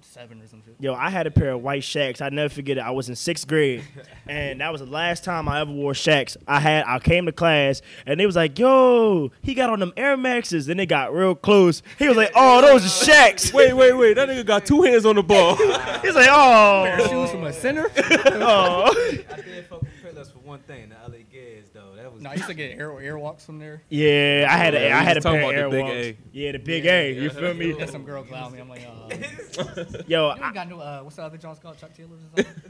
Speaker 2: seven or some shit.
Speaker 4: yo, I had a pair of white shacks. I never forget it. I was in sixth grade, and that was the last time I ever wore shacks. I had. I came to class, and they was like, "Yo, he got on them Air Maxes." Then they got real close. He was like, "Oh, those are shacks."
Speaker 1: Wait, wait, wait! That nigga got two hands on the ball.
Speaker 4: He's like,
Speaker 2: Pair of
Speaker 4: "Oh,
Speaker 2: shoes from a center?
Speaker 4: oh."
Speaker 3: I did fuck with Pillars for one thing, the LA Gas though. That was
Speaker 2: no, I used to get air airwalks from there.
Speaker 4: Yeah, I had a,
Speaker 1: Yeah,
Speaker 4: I
Speaker 1: we
Speaker 4: had a
Speaker 1: just
Speaker 4: pair
Speaker 1: talking
Speaker 4: of
Speaker 1: about the big
Speaker 4: Airwalks.
Speaker 1: A.
Speaker 4: Yeah, the big A. You feel me?
Speaker 2: Got some girl clown me. I'm like, uh, you
Speaker 4: Yo,
Speaker 2: ain't
Speaker 4: I,
Speaker 2: got no uh, what's the other John's called? Chuck Taylor's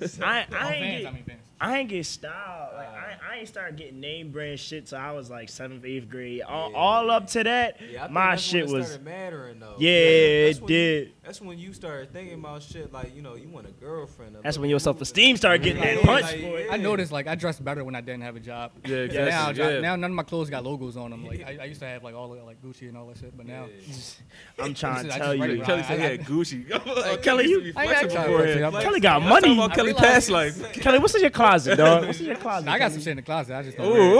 Speaker 2: or
Speaker 4: I,
Speaker 2: something? Oh,
Speaker 4: I ain't
Speaker 2: Vans, I
Speaker 4: get,
Speaker 2: mean Vans.
Speaker 4: I ain't get styled. Like I, I ain't started getting name brand shit till I was like seventh, eighth grade. All,
Speaker 3: Yeah.
Speaker 4: all up to that,
Speaker 3: Yeah, I think
Speaker 4: my
Speaker 3: that's when
Speaker 4: shit
Speaker 3: it
Speaker 4: was.
Speaker 3: started mattering though.
Speaker 4: Yeah,
Speaker 3: That- that's
Speaker 4: it
Speaker 3: when you-
Speaker 4: did.
Speaker 3: that's when you started thinking about shit like you know you want a girlfriend. a
Speaker 4: That's
Speaker 3: little
Speaker 4: when your
Speaker 3: bit.
Speaker 4: self esteem started getting that
Speaker 3: Yeah,
Speaker 4: punch.
Speaker 3: like,
Speaker 4: boy.
Speaker 2: I noticed like I dressed better when I didn't have a job.
Speaker 1: Yeah,
Speaker 2: Yeah, now, I
Speaker 1: exactly.
Speaker 2: dri-
Speaker 1: Yeah,
Speaker 2: now none of my clothes got logos on them. Like I, I used to have like all the, like Gucci and all that shit, but now
Speaker 3: Yeah.
Speaker 4: I'm trying to
Speaker 2: I
Speaker 4: tell
Speaker 2: just
Speaker 4: you.
Speaker 2: read
Speaker 1: Kelly said he
Speaker 2: I-
Speaker 1: had Gucci.
Speaker 4: Oh, Kelly,
Speaker 1: used to
Speaker 4: you-
Speaker 1: be
Speaker 2: I ain't
Speaker 1: flexing
Speaker 2: actually
Speaker 1: beforehand.
Speaker 2: flexing. I'm
Speaker 1: Like,
Speaker 4: Kelly got
Speaker 1: I'm talking
Speaker 4: money.
Speaker 1: about Kelly
Speaker 3: realized
Speaker 1: past
Speaker 3: he was
Speaker 1: life.
Speaker 4: Kelly, what's in your closet, dog? What's in your closet?
Speaker 2: I got some shit in the closet. I just don't wear it.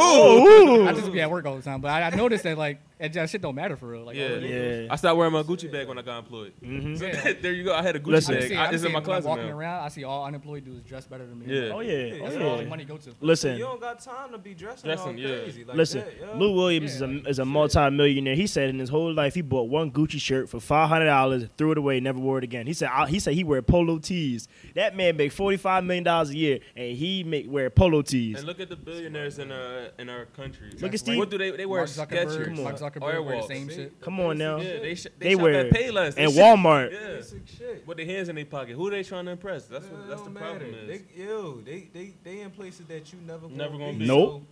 Speaker 1: Ooh.
Speaker 2: I just be at work all the time, but I, I noticed that like that just shit don't matter for real. Like,
Speaker 1: Yeah.
Speaker 2: I really-
Speaker 4: Yeah.
Speaker 1: I stopped wearing my Gucci bag when I got employed.
Speaker 4: Mhm.
Speaker 1: So
Speaker 2: Yeah.
Speaker 1: there you go. I had a Gucci
Speaker 4: Listen.
Speaker 2: I'm
Speaker 1: bag.
Speaker 2: seeing,
Speaker 1: I-
Speaker 2: I'm
Speaker 1: it's in
Speaker 2: seeing
Speaker 1: my
Speaker 2: when I'm
Speaker 1: closet
Speaker 2: walking
Speaker 1: now.
Speaker 2: around. I see all unemployed dudes dressed better than me.
Speaker 1: Yeah.
Speaker 4: Oh yeah.
Speaker 2: That's where all
Speaker 4: Oh,
Speaker 2: the
Speaker 4: yeah.
Speaker 2: money go to.
Speaker 4: Listen.
Speaker 3: You don't got time to be dressing,
Speaker 1: Dressing,
Speaker 3: all
Speaker 1: yeah.
Speaker 3: crazy like
Speaker 4: Listen,
Speaker 3: that, yo.
Speaker 4: Lou Williams
Speaker 2: Yeah,
Speaker 4: is
Speaker 2: like,
Speaker 4: a is a multimillionaire. He said in his whole life he bought one Gucci shirt for five hundred dollars, threw it away, never wore it again. He said I, he said he wear polo tees. That man make forty five million dollars a year, and he make wear polo tees.
Speaker 1: And look at the billionaires in our in our country.
Speaker 4: Look at Steve-
Speaker 1: What do they they wear?
Speaker 2: Mark Zuckerberg,
Speaker 1: Skechers,
Speaker 2: Mark Zuckerberg wear the
Speaker 1: Airwalks.
Speaker 2: same shit.
Speaker 4: Come on now,
Speaker 1: Yeah, they sh-
Speaker 4: They
Speaker 1: they, shop
Speaker 4: wear-
Speaker 1: at Payless. They
Speaker 4: and
Speaker 1: shop-
Speaker 4: Walmart.
Speaker 1: Yeah.
Speaker 3: Basic shit.
Speaker 1: With their hands in their pocket. Who they trying to impress? That's
Speaker 3: It
Speaker 1: what that's the
Speaker 3: don't
Speaker 1: problem
Speaker 3: matter.
Speaker 1: is.
Speaker 3: They, yo, they, they, they in places that you never
Speaker 1: Never
Speaker 3: gonna
Speaker 1: gonna
Speaker 3: be.
Speaker 1: be.
Speaker 4: Nope.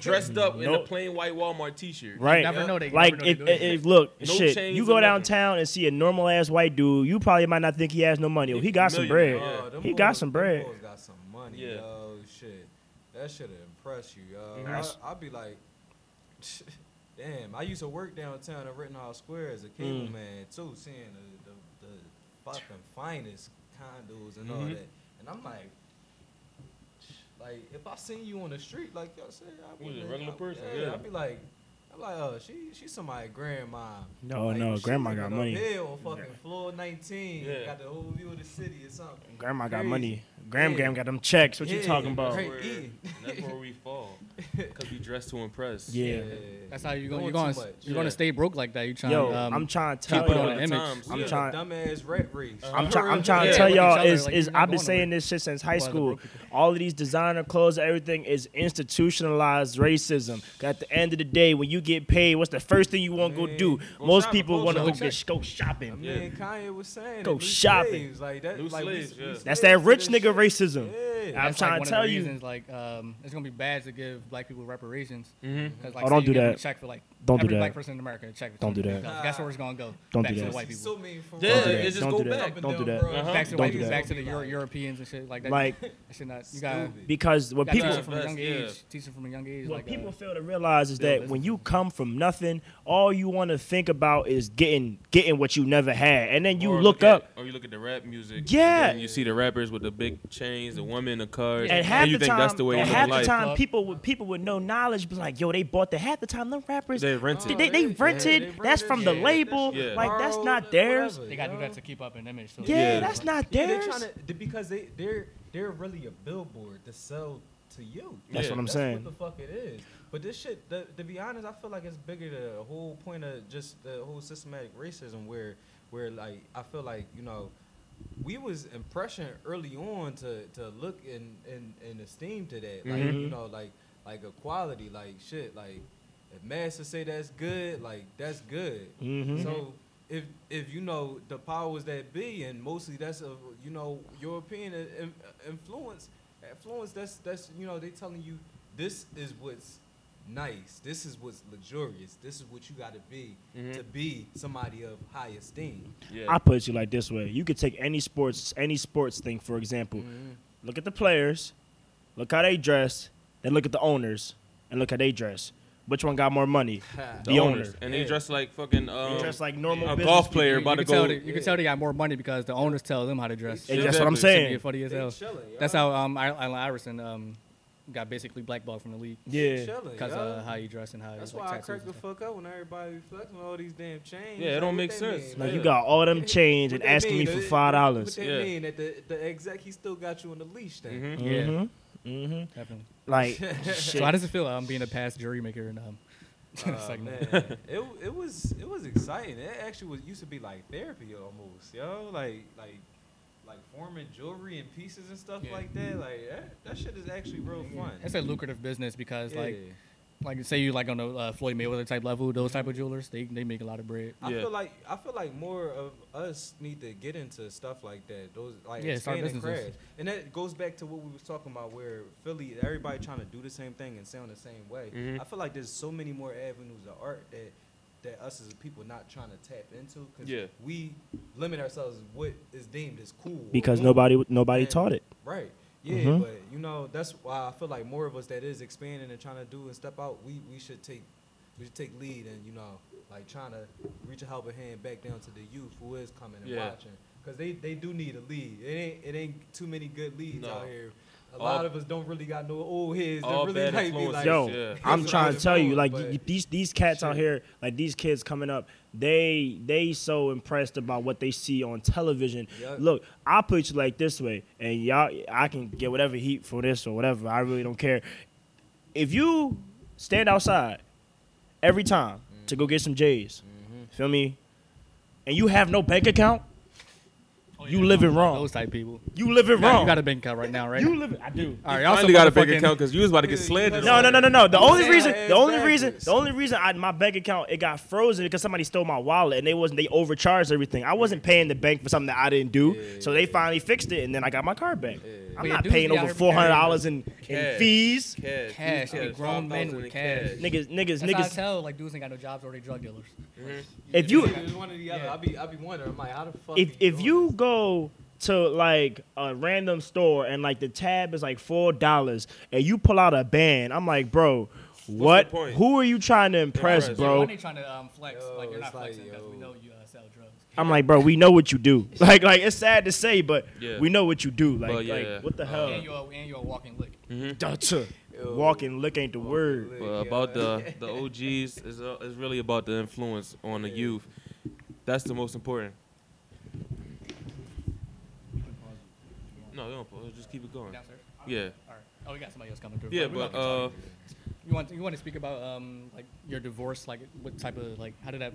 Speaker 1: Dressed up in a
Speaker 4: Nope.
Speaker 1: plain white Walmart t-shirt.
Speaker 2: You
Speaker 4: right?
Speaker 2: never know. They you
Speaker 4: Like
Speaker 2: never know
Speaker 4: if,
Speaker 2: they
Speaker 4: if,
Speaker 2: do it.
Speaker 4: if- look
Speaker 1: No
Speaker 4: shit,
Speaker 1: chains
Speaker 4: you
Speaker 1: or
Speaker 4: go
Speaker 1: nothing.
Speaker 4: downtown and see a normal ass white dude, you probably might not think he has no money. Oh, he got some bread.
Speaker 1: Yeah.
Speaker 3: Oh, them
Speaker 4: He got
Speaker 3: boys-
Speaker 4: some
Speaker 3: them
Speaker 4: bread.
Speaker 3: boys got some money.
Speaker 1: Yeah.
Speaker 3: Yo, shit. That should have impressed you, yo.
Speaker 1: Mhm.
Speaker 4: Mm-hmm. That's-
Speaker 3: I, I'd be like, damn. I used to work downtown in Rittenhouse Square as a cable
Speaker 4: Mm.
Speaker 3: man too, seeing the, the, the fucking finest condos and all
Speaker 1: Mhm.
Speaker 3: that. And I'm like. Like if I seen you on the street, like y'all said, I'd
Speaker 1: You
Speaker 3: be
Speaker 1: was a
Speaker 3: like-
Speaker 1: regular
Speaker 3: I-
Speaker 1: person,
Speaker 3: yeah.
Speaker 1: yeah.
Speaker 3: I'd be like, I'm like, oh, she, she's somebody's grandma.
Speaker 4: No,
Speaker 3: Like,
Speaker 4: Oh, no,
Speaker 3: she
Speaker 4: grandma
Speaker 3: living
Speaker 4: got
Speaker 3: up
Speaker 4: money.
Speaker 3: here on fucking floor 19.
Speaker 1: Yeah.
Speaker 3: Got the whole view of the city or something.
Speaker 4: Grandma got
Speaker 3: Crazy.
Speaker 4: money. Gram
Speaker 3: Yeah.
Speaker 4: Gram got them checks. What you
Speaker 3: Yeah.
Speaker 4: talking about?
Speaker 1: That's
Speaker 3: Right.
Speaker 1: where,
Speaker 3: Yeah.
Speaker 1: that's where we fall. Because we dress to impress.
Speaker 4: Yeah.
Speaker 2: That's how you go.
Speaker 3: Doing
Speaker 2: You're going.
Speaker 3: too much.
Speaker 2: You're going
Speaker 1: Yeah.
Speaker 2: to stay broke like that. You trying.
Speaker 4: Yo,
Speaker 2: um,
Speaker 4: I'm trying to
Speaker 2: keep
Speaker 4: tell
Speaker 2: it
Speaker 4: you.
Speaker 2: on an
Speaker 1: the
Speaker 2: image.
Speaker 1: times,
Speaker 4: I'm
Speaker 1: yeah.
Speaker 4: trying-
Speaker 3: Dumbass rat race.
Speaker 1: Uh-huh.
Speaker 4: I'm trying. I'm
Speaker 3: Real
Speaker 4: trying
Speaker 1: Yeah.
Speaker 4: to tell
Speaker 2: Like each
Speaker 4: y'all
Speaker 2: other,
Speaker 4: is
Speaker 2: like,
Speaker 4: is
Speaker 2: you're not
Speaker 4: I've been
Speaker 2: going
Speaker 4: saying
Speaker 2: nowhere.
Speaker 4: this shit since high
Speaker 2: Well, the
Speaker 4: school.
Speaker 2: broke
Speaker 4: All of these designer clothes, everything is institutionalized racism. 'Cause At the end of the day, when you get paid, what's the first thing you want to go
Speaker 3: Man,
Speaker 4: do?
Speaker 1: go
Speaker 4: Most
Speaker 1: shopping,
Speaker 4: people
Speaker 1: go
Speaker 4: want to go,
Speaker 1: shopping.
Speaker 4: get- go
Speaker 3: I
Speaker 4: shopping.
Speaker 3: mean,
Speaker 1: Yeah.
Speaker 3: Kanye was saying
Speaker 4: Go
Speaker 3: it. We
Speaker 4: shopping.
Speaker 3: slaves, Like that,
Speaker 1: New
Speaker 3: like, we-
Speaker 1: slaves,
Speaker 3: we
Speaker 1: yeah.
Speaker 4: That's
Speaker 3: slaves
Speaker 4: that
Speaker 3: to
Speaker 4: rich
Speaker 3: this
Speaker 4: nigga
Speaker 3: shit.
Speaker 4: racism.
Speaker 3: Yeah.
Speaker 4: I'm
Speaker 2: that's
Speaker 4: trying
Speaker 2: like one
Speaker 4: to
Speaker 2: of
Speaker 4: tell
Speaker 2: the
Speaker 4: you.
Speaker 2: reasons, Like, um, it's gonna be bad to give black people reparations.
Speaker 1: Mhm.
Speaker 2: 'Cause, like,
Speaker 4: Oh,
Speaker 2: say
Speaker 4: don't
Speaker 2: you
Speaker 4: do
Speaker 2: give them a
Speaker 4: that.
Speaker 2: Check for like
Speaker 4: Don't do
Speaker 2: every
Speaker 4: that.
Speaker 2: black person in America. a Check for
Speaker 4: Don't do that.
Speaker 2: $20,000. That's where it's gonna go.
Speaker 4: Don't
Speaker 2: back
Speaker 4: do
Speaker 2: to
Speaker 4: that.
Speaker 2: the white people.
Speaker 3: So mean for
Speaker 1: Yeah,
Speaker 4: Don't do
Speaker 1: it
Speaker 4: that.
Speaker 1: just
Speaker 4: Don't
Speaker 1: go
Speaker 4: do that.
Speaker 1: back.
Speaker 4: Don't do that.
Speaker 1: Uh-huh.
Speaker 2: back to the
Speaker 4: Don't
Speaker 2: white
Speaker 4: do that.
Speaker 2: people, back to the Euro- Europeans and shit like that.
Speaker 4: Like
Speaker 2: that shit not, you
Speaker 3: Stupid.
Speaker 2: gotta,
Speaker 4: because what
Speaker 2: you gotta
Speaker 4: people
Speaker 2: teach them from a young
Speaker 1: Yeah.
Speaker 2: age. Teach them from a young age.
Speaker 4: What
Speaker 2: like uh,
Speaker 4: people fail to realize is that
Speaker 2: build
Speaker 4: when you come from nothing, all you want to think about is getting getting what you never had, and then you
Speaker 1: Or
Speaker 4: look
Speaker 1: at-
Speaker 4: up.
Speaker 1: or you look at the rap music.
Speaker 4: Yeah.
Speaker 1: And then you see the rappers with the big chains, the women, the cars.
Speaker 4: And half
Speaker 1: you
Speaker 4: the
Speaker 1: think
Speaker 4: time,
Speaker 1: that's the way
Speaker 4: and
Speaker 1: of
Speaker 4: half
Speaker 1: life.
Speaker 4: the time,
Speaker 2: Fuck.
Speaker 4: people with people with no knowledge be like, "Yo, they bought the half the time them rappers.
Speaker 1: They rent
Speaker 4: They,
Speaker 1: it.
Speaker 4: they, they
Speaker 3: uh, Yeah, they
Speaker 4: rented.
Speaker 3: rented.
Speaker 4: that's from the
Speaker 1: Yeah,
Speaker 4: label.
Speaker 1: that's- yeah.
Speaker 4: Like that's
Speaker 3: Borrowed,
Speaker 4: not
Speaker 3: that's
Speaker 4: theirs.
Speaker 3: whatever,
Speaker 2: they gotta do
Speaker 3: yo.
Speaker 2: that to keep up an image. So
Speaker 4: Yeah,
Speaker 1: Yeah.
Speaker 4: that's not
Speaker 3: Yeah, they're
Speaker 4: theirs.
Speaker 3: trying to because they they're they're really a billboard to sell to you.
Speaker 4: That's
Speaker 1: Yeah.
Speaker 4: what I'm
Speaker 3: That's
Speaker 4: saying.
Speaker 3: what the fuck it is. But this shit, the, to be honest, I feel like it's bigger than the whole point of just the whole systematic racism, where where like I feel like you know, we was impression early on to, to look and, and, and esteem to that. Like you
Speaker 4: Mhm.
Speaker 3: know, like like a quality, like shit, like if Master say that's good, like that's good.
Speaker 4: Mm-hmm.
Speaker 3: So if if you know the powers that be, and mostly that's of you know European i- in- uh, influence, influence. That's that's you know they telling you this is what's nice. This is what's luxurious. This is what you got to be
Speaker 1: Mhm.
Speaker 3: to be somebody of high esteem.
Speaker 1: Yeah.
Speaker 4: I put it you like this way: you could take any sports, any sports thing, for example.
Speaker 3: Mm.
Speaker 4: Look at the players, look how they dress, then look at the owners and look how they dress. Which one got more money?
Speaker 3: Ha.
Speaker 4: The owner.
Speaker 1: And they
Speaker 3: Yeah.
Speaker 1: dress like fucking um,
Speaker 4: They dress like normal
Speaker 1: a
Speaker 4: business
Speaker 1: golf
Speaker 4: people.
Speaker 1: player
Speaker 2: you
Speaker 1: about to
Speaker 2: can tell
Speaker 1: go.
Speaker 2: they- you can tell they got more money because the owners tell them how to dress.
Speaker 4: And that's what I'm
Speaker 1: Exactly.
Speaker 2: Shit be
Speaker 4: saying.
Speaker 2: funny as
Speaker 3: They
Speaker 2: hell.
Speaker 3: chilling,
Speaker 2: That's
Speaker 3: y'all.
Speaker 2: how um I- Allen Iverson um got basically blackballed from the league
Speaker 4: Yeah.
Speaker 3: Chilling,
Speaker 2: because
Speaker 3: y'all.
Speaker 2: uh, how he dressed and how
Speaker 3: That's
Speaker 2: he like,
Speaker 3: why I
Speaker 2: tattoos
Speaker 3: crack
Speaker 2: and
Speaker 3: the
Speaker 2: stuff.
Speaker 3: fuck up when everybody be flexing with all these damn chains.
Speaker 1: Yeah, it
Speaker 3: Like,
Speaker 1: don't
Speaker 3: what
Speaker 1: make
Speaker 3: that
Speaker 1: sense.
Speaker 3: mean?
Speaker 1: Like,
Speaker 4: Like
Speaker 1: Yeah.
Speaker 4: you got all them change
Speaker 3: What
Speaker 4: and
Speaker 3: that
Speaker 4: asking me
Speaker 3: mean?
Speaker 4: for
Speaker 3: What-
Speaker 4: five
Speaker 3: What
Speaker 4: dollars.
Speaker 3: that
Speaker 1: Yeah.
Speaker 3: mean? That the, the exec, he still got you on the leash then.
Speaker 1: Mhm.
Speaker 2: Yeah.
Speaker 4: hmm hmm
Speaker 2: Definitely.
Speaker 4: Like
Speaker 2: So how
Speaker 4: shit.
Speaker 2: does it feel? um, being a past jury maker and um.
Speaker 3: Oh,
Speaker 2: it's like,
Speaker 3: man. it it was it was exciting. It actually was used to be like therapy almost, yo. Like like like forming jewelry and pieces and stuff
Speaker 2: Yeah.
Speaker 3: like that. Like that, that shit is actually real fun.
Speaker 2: It's a lucrative business because
Speaker 3: Yeah.
Speaker 2: like like say you like on a uh, Floyd Mayweather type level, those type of jewelers they they make a lot of bread.
Speaker 3: I
Speaker 1: Yeah.
Speaker 3: feel like I feel like more of us need to get into stuff like that. Those like
Speaker 2: Yeah, start
Speaker 3: expanding crafts,
Speaker 2: businesses.
Speaker 3: and that goes back to what we was talking about, where Philly, everybody trying to do the same thing and sound the same way.
Speaker 1: Mhm.
Speaker 3: I feel like there's so many more avenues of art that that us as a people not trying to tap into because
Speaker 1: Yeah.
Speaker 3: we limit ourselves to what is deemed as cool or
Speaker 4: Because
Speaker 3: normal.
Speaker 4: nobody nobody
Speaker 3: Yeah.
Speaker 4: taught it.
Speaker 3: Right. Yeah,
Speaker 1: Mm-hmm.
Speaker 4: Mhm.
Speaker 3: but you know that's why I feel like more of us that is expanding and trying to do and step out. We we should take we should take lead and you know like trying to reach a helping hand back down to the youth who is coming and
Speaker 1: Yeah.
Speaker 3: watching because they they do need a lead. It ain't it ain't too many good leads
Speaker 1: No.
Speaker 3: out here. A
Speaker 1: All-
Speaker 3: lot of us don't really got no old heads that
Speaker 1: all
Speaker 3: really
Speaker 1: bad
Speaker 3: might be
Speaker 1: influences,
Speaker 3: like.
Speaker 4: Yo,
Speaker 1: yeah.
Speaker 4: I'm
Speaker 3: It's
Speaker 4: trying to
Speaker 3: like
Speaker 4: tell you,
Speaker 3: phone,
Speaker 4: like
Speaker 3: but-
Speaker 4: y- these these cats out
Speaker 3: Shit.
Speaker 4: here, like these kids coming up, they they so impressed about what they see on television.
Speaker 3: Yup.
Speaker 4: Look, I put you like this way, and y'all, I can get whatever heat for this or whatever. I really don't care. If you stand outside every time to go get some J's, feel me, and you have no bank account, you living wrong.
Speaker 2: Those type people.
Speaker 4: You living
Speaker 2: Now,
Speaker 4: wrong.
Speaker 2: you got a bank account right now, right?
Speaker 4: You living. I do.
Speaker 2: All right,
Speaker 1: I
Speaker 2: y'all
Speaker 1: only
Speaker 2: some
Speaker 1: got a bank
Speaker 2: motherfucking-
Speaker 1: account because you was about to get
Speaker 3: Yeah, you
Speaker 1: slandered.
Speaker 3: must-
Speaker 4: No,
Speaker 1: on
Speaker 4: no,
Speaker 1: it.
Speaker 4: no, no, no. The
Speaker 3: You
Speaker 4: only
Speaker 3: saying
Speaker 4: reason,
Speaker 3: my
Speaker 4: the
Speaker 3: ass
Speaker 4: only reason,
Speaker 3: backwards.
Speaker 4: the only reason I my bank account it got frozen because somebody stole my wallet and they wasn't they overcharged everything. I wasn't paying the bank for something that I didn't do, so they finally fixed it and then I got my card back. I'm
Speaker 2: Yeah,
Speaker 4: not
Speaker 2: dudes
Speaker 4: paying
Speaker 2: be out
Speaker 4: over
Speaker 2: here
Speaker 4: four hundred dollars in, in
Speaker 1: Cash.
Speaker 4: fees.
Speaker 1: Cash,
Speaker 2: Cash,
Speaker 1: dude,
Speaker 2: they
Speaker 1: got
Speaker 2: grown men
Speaker 1: 5,000
Speaker 2: with
Speaker 1: in
Speaker 4: Niggas,
Speaker 2: cash.
Speaker 4: niggas,
Speaker 2: That's how I
Speaker 4: niggas.
Speaker 2: tell like dudes ain't got no jobs or they drug dealers.
Speaker 1: Mm-hmm.
Speaker 4: If you-
Speaker 3: It's one or the other,
Speaker 2: Yeah.
Speaker 3: I be I be wondering, I'm like, how the fuck?
Speaker 4: If
Speaker 3: are
Speaker 4: if
Speaker 3: doing
Speaker 4: you
Speaker 3: this?
Speaker 4: go to like a random store and like the tab is like four dollars and you pull out a band, I'm like, bro, what?
Speaker 1: the point?
Speaker 4: Who are you trying to impress,
Speaker 1: Impress.
Speaker 4: bro?
Speaker 2: Why they trying to um, flex?
Speaker 3: Yo,
Speaker 2: like you're not
Speaker 3: it's like,
Speaker 2: flexing because we
Speaker 3: yo.
Speaker 2: know you uh, sell drugs.
Speaker 4: I'm like, bro, we know what you do. Like, like it's sad to say, but
Speaker 1: Yeah.
Speaker 4: we know what you do. Like,
Speaker 1: But yeah.
Speaker 4: like what the hell?
Speaker 2: And you're a- and you're a walking lick.
Speaker 4: Duh, tuh.
Speaker 3: Yo.
Speaker 4: Walking lick ain't the word.
Speaker 1: But about the the OGs is uh, is really about the influence on the
Speaker 3: Yeah.
Speaker 1: youth. That's the most important. No, don't pause. Just keep it going.
Speaker 2: Downstairs.
Speaker 1: Yeah,
Speaker 2: All right. Oh, we got somebody else coming through.
Speaker 1: yeah,
Speaker 2: We're
Speaker 1: but
Speaker 2: not gonna talk.
Speaker 1: uh,
Speaker 2: you want you want to speak about um like your divorce, like what type of like how did that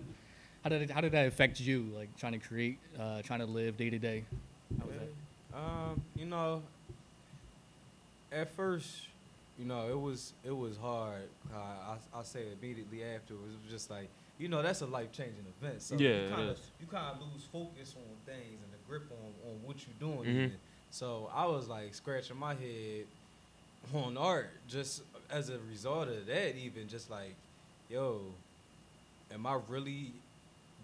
Speaker 2: how did it, how did that affect you, like trying to create, uh, trying to live day to day? How was that?
Speaker 3: Um, you know, at first, you know, it was it was hard. Uh, I I say immediately afterwards, it was just like you know that's a life changing event. So
Speaker 1: Yeah,
Speaker 3: you
Speaker 1: it
Speaker 3: kind of
Speaker 1: is.
Speaker 3: you kind of lose focus on things and the grip on on what you're doing.
Speaker 1: Mhm.
Speaker 3: even. So I was like scratching my head on art just as a result of that. Even just like, yo, am I really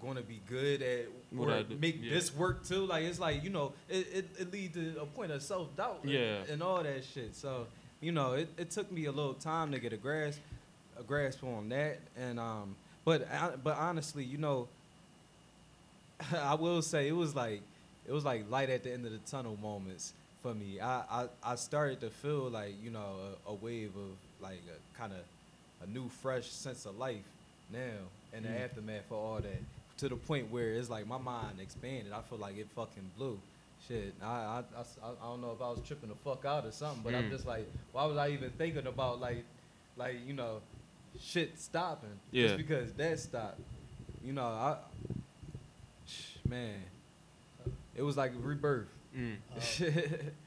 Speaker 3: going to be good at
Speaker 1: What
Speaker 3: or
Speaker 1: I do,
Speaker 3: make
Speaker 1: yeah.
Speaker 3: this work too? Like it's like you know it it, it leads to a point of self doubt and,
Speaker 1: Yeah.
Speaker 3: and all that shit. So you know it, it took me a little time to get a grasp a grasp on that and um but I, but honestly you know I will say it was like it was like light at the end of the tunnel moments for me. I I, I started to feel like you know a, a wave of like a kind of a new fresh sense of life now in the
Speaker 1: Mm.
Speaker 3: aftermath of all that to the point where it's like my mind expanded. I feel like it fucking blew. Shit, I I, I s- I- I don't know if I was tripping the fuck out or something, but I'm
Speaker 1: Mm.
Speaker 3: just like, why was I even thinking about like like you know shit stopping
Speaker 1: Yeah.
Speaker 3: just because that stopped. You know I. Man, It was like rebirth.
Speaker 1: Mm.
Speaker 2: Uh,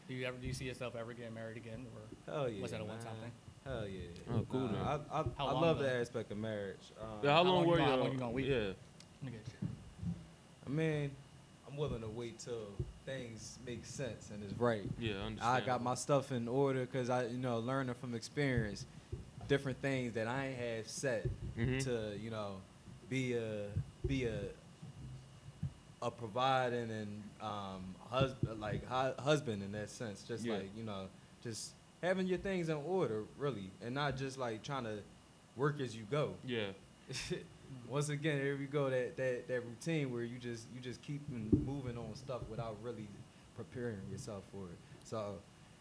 Speaker 2: do you ever do you see yourself ever getting married again, or
Speaker 3: Hell yeah.
Speaker 2: was that a one time
Speaker 3: man.
Speaker 2: thing?
Speaker 3: Hell yeah.
Speaker 1: Oh, cool, then.
Speaker 3: Nah, I, I,
Speaker 2: How
Speaker 3: I
Speaker 2: long
Speaker 3: love
Speaker 2: though?
Speaker 3: the aspect of marriage. Um,
Speaker 1: Yeah, how,
Speaker 2: long
Speaker 1: long,
Speaker 2: you
Speaker 1: were
Speaker 2: gonna-
Speaker 1: you? uh,
Speaker 2: how long you gonna wait?
Speaker 1: Yeah.
Speaker 2: Nigga,
Speaker 3: I mean, I'm willing to wait till things make sense and it's right.
Speaker 1: Yeah, I understand.
Speaker 3: I got my stuff in order because I, you know, learning from experience, different things that I ain't have set
Speaker 1: Mhm.
Speaker 3: to, you know, be a be a a providing and um, husband like hu- husband in that sense. Just
Speaker 1: Yeah.
Speaker 3: like you know, just having your things in order really, and not just like trying to work as you go.
Speaker 1: Yeah.
Speaker 3: Once again, here we go that, that that routine where you just you just keep m- moving on stuff without really preparing yourself for it. So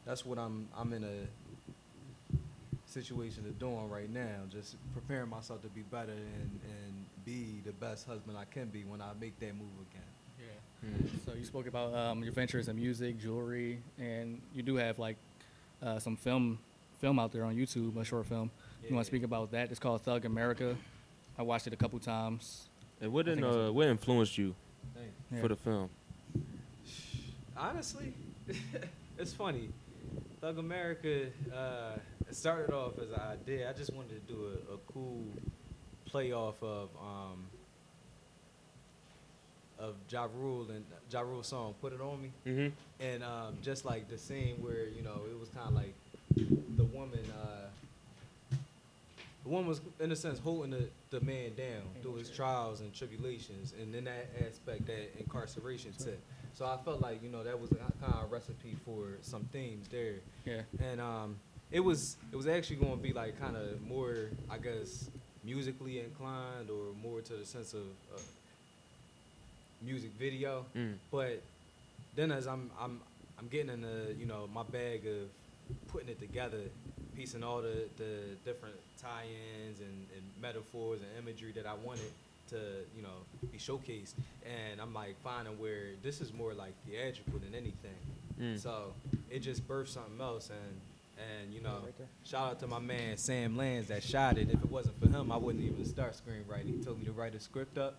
Speaker 3: that's what I'm I'm in a situation of doing right now, just preparing myself to be better and and be the best husband I can be when I make that move again.
Speaker 2: yeah.
Speaker 1: Mm.
Speaker 2: So you spoke about um, your ventures in music, jewelry, and you do have like uh, some film film out there on YouTube, a short film. You
Speaker 3: Yeah.
Speaker 2: want to speak about that? It's called Thug America. I watched it a couple times.
Speaker 1: And what
Speaker 2: I think
Speaker 1: did,
Speaker 2: it's-
Speaker 1: uh, what influenced you
Speaker 3: Thanks.
Speaker 2: Yeah.
Speaker 1: for the film?
Speaker 3: honestly, it's funny. Thug America uh, it started off as an idea. I just wanted to do a, a cool playoff of um, of Ja Rule and Ja Rule song "Put It On Me,"
Speaker 1: Mm-hmm.
Speaker 3: and um, just like the scene where you know it was kind of like the woman. Uh, the woman was, in a sense, holding the, the man down through his trials and tribulations, and in that aspect, that incarceration tip. So I felt like you know that was a kind of recipe for some themes there,
Speaker 2: Yeah.
Speaker 3: and um, it was it was actually going to be like kind of more, I guess, musically inclined or more to the sense of uh, music video.
Speaker 1: Mm.
Speaker 3: But then as I'm I'm I'm getting in the you know my bag of putting it together, piecing all the, the different tie-ins and, and metaphors and imagery that I wanted to you know be showcased, and I'm like finding where this is more like theatrical than anything.
Speaker 1: Mm.
Speaker 3: So it just birthed something else, and and you know shout out to my man Sam Lands that shot it. If it wasn't for him, I wouldn't even start screenwriting. He told me to write a script up.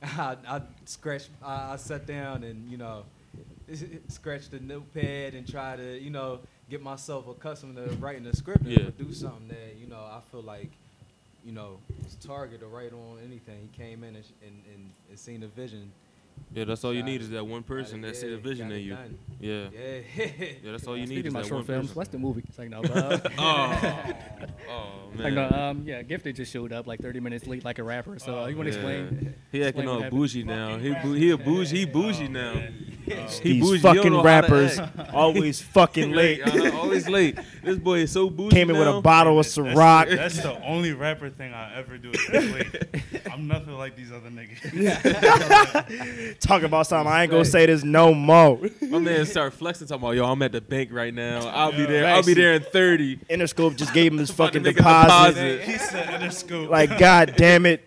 Speaker 3: I, I scratched, I, I sat down and, you know, scratched the notepad and try to, you know, get myself accustomed to writing a script and
Speaker 1: Yeah.
Speaker 3: do something that, you know, I feel like, you know, it's target to write on anything. He came in and, sh- and, and, and seen the vision.
Speaker 1: Yeah, that's all you
Speaker 3: Got
Speaker 1: need
Speaker 3: it.
Speaker 1: is that one person
Speaker 3: Got it,
Speaker 1: that see
Speaker 3: yeah,
Speaker 1: the vision
Speaker 3: got
Speaker 1: in
Speaker 3: it
Speaker 1: you.
Speaker 3: done.
Speaker 1: Yeah. yeah.
Speaker 3: Yeah.
Speaker 1: that's all Oh, you need
Speaker 2: Uh,
Speaker 1: is
Speaker 2: Speaking about
Speaker 1: that one
Speaker 2: short films,
Speaker 1: person.
Speaker 2: what's the movie? It's like no, but, uh,
Speaker 1: Oh, oh man.
Speaker 2: like no, um, yeah, Gifted just showed up like 30 minutes late, like a rapper. So uh, you want to explain?
Speaker 1: Oh, Yeah. He acting
Speaker 2: explain what
Speaker 1: all
Speaker 2: happened?
Speaker 1: bougie now. He bou- he a bougie. He bougie now. He
Speaker 4: These
Speaker 1: bougie. He don't know
Speaker 4: fucking
Speaker 1: how to
Speaker 4: rappers
Speaker 1: act.
Speaker 4: always fucking late.
Speaker 1: Uh-huh, always late. This boy is so bougie
Speaker 4: Came in with
Speaker 1: now.
Speaker 4: a bottle of
Speaker 5: That's-
Speaker 4: Ciroc.
Speaker 5: That's the only rapper thing I ever do. Is wait. I'm nothing like these other niggas.
Speaker 4: Talk about something. I ain't gonna say this no more.
Speaker 1: My man start flexing, talking about yo, I'm at the bank right now. I'll be
Speaker 5: Yeah.
Speaker 1: there. I'll be there in thirty.
Speaker 4: Interscope just gave him his
Speaker 1: About to
Speaker 4: fucking
Speaker 1: make a
Speaker 4: deposit.
Speaker 1: deposit.
Speaker 5: he said Interscope.
Speaker 4: Like, god damn it.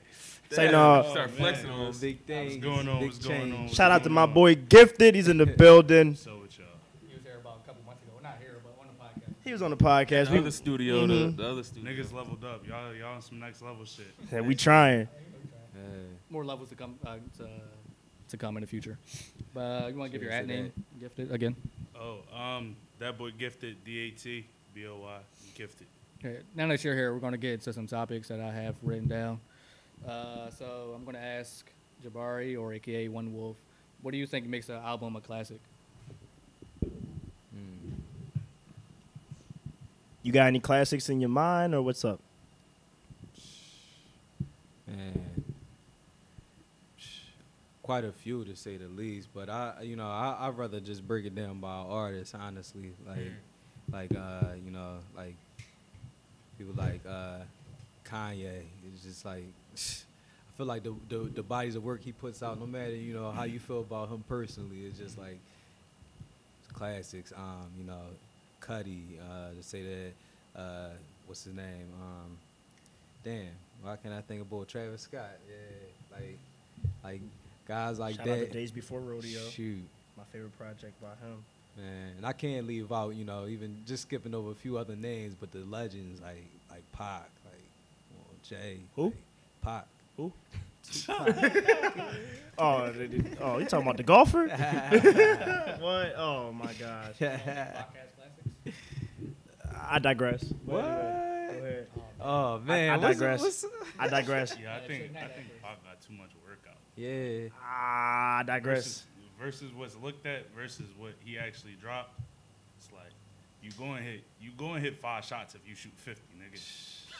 Speaker 4: Say
Speaker 1: Damn,
Speaker 4: no.
Speaker 1: start
Speaker 5: Oh,
Speaker 1: flexing
Speaker 5: man.
Speaker 1: on us.
Speaker 3: Big
Speaker 5: what's
Speaker 3: thing.
Speaker 5: going on?
Speaker 3: Big
Speaker 5: What's going
Speaker 3: change.
Speaker 5: on? What's
Speaker 4: Shout out to
Speaker 5: going
Speaker 4: my
Speaker 5: on?
Speaker 4: boy Gifted. He's in the building.
Speaker 5: So with y'all.
Speaker 2: He was here about a couple months ago. Not here, but on the podcast.
Speaker 4: He was on the podcast.
Speaker 1: The
Speaker 4: We,
Speaker 1: other studio, the, the other studio.
Speaker 5: Niggas leveled up. Y'all, y'all on some next level shit.
Speaker 4: said, we trying.
Speaker 3: Yeah.
Speaker 2: More levels to come uh, to, to come in the future. But uh, you want to give your
Speaker 3: Sure, say
Speaker 2: ad name? Gifted again.
Speaker 5: Oh, um, that boy gifted. D A T B O Y gifted.
Speaker 2: Okay, now that you're here, we're going to get into some topics that I have written down. Uh, so I'm going to ask Jabari or AKA One Wolf, what do you think makes an album a classic?
Speaker 4: You got any classics in your mind or what's up?
Speaker 3: Man. Quite a few to say the least, but I, you know, I I rather just break it down by artists, honestly. Like, like uh, you know, like people like uh, Kanye. It's just like I feel like the, the the bodies of work he puts out, no matter you know how you feel about him personally, it's just like classics. Um, you know, Cuddy. Uh, to say that, uh, what's his name? Um, damn, why can't I think about Travis Scott? Yeah, like, like guys like
Speaker 4: Shout out to
Speaker 3: that.
Speaker 4: Days Before Rodeo.
Speaker 3: Shoot,
Speaker 4: My favorite project by him.
Speaker 3: man, and I can't leave out, you know, even just skipping over a few other names, but the legends like like Pac, like well, Jay,
Speaker 4: Who?
Speaker 3: like, Pac,
Speaker 4: Who?
Speaker 3: Tupac.
Speaker 4: Oh, the- the- oh, you talking about the golfer? what? Oh my gosh.
Speaker 2: Podcast classics.
Speaker 4: I digress. Go
Speaker 3: What?
Speaker 4: ahead.
Speaker 3: Oh man,
Speaker 4: I
Speaker 3: what's-
Speaker 4: digress.
Speaker 3: what's-
Speaker 4: I digress.
Speaker 5: Yeah, I
Speaker 2: Yeah,
Speaker 5: think
Speaker 2: check
Speaker 5: I
Speaker 2: that
Speaker 5: think
Speaker 2: out.
Speaker 5: Bob got too much workout.
Speaker 3: yeah,
Speaker 4: Ah, I digress.
Speaker 5: Versus, versus what's looked at versus what he actually dropped. It's like you go and hit you go and hit five shots if you shoot fifty, nigga.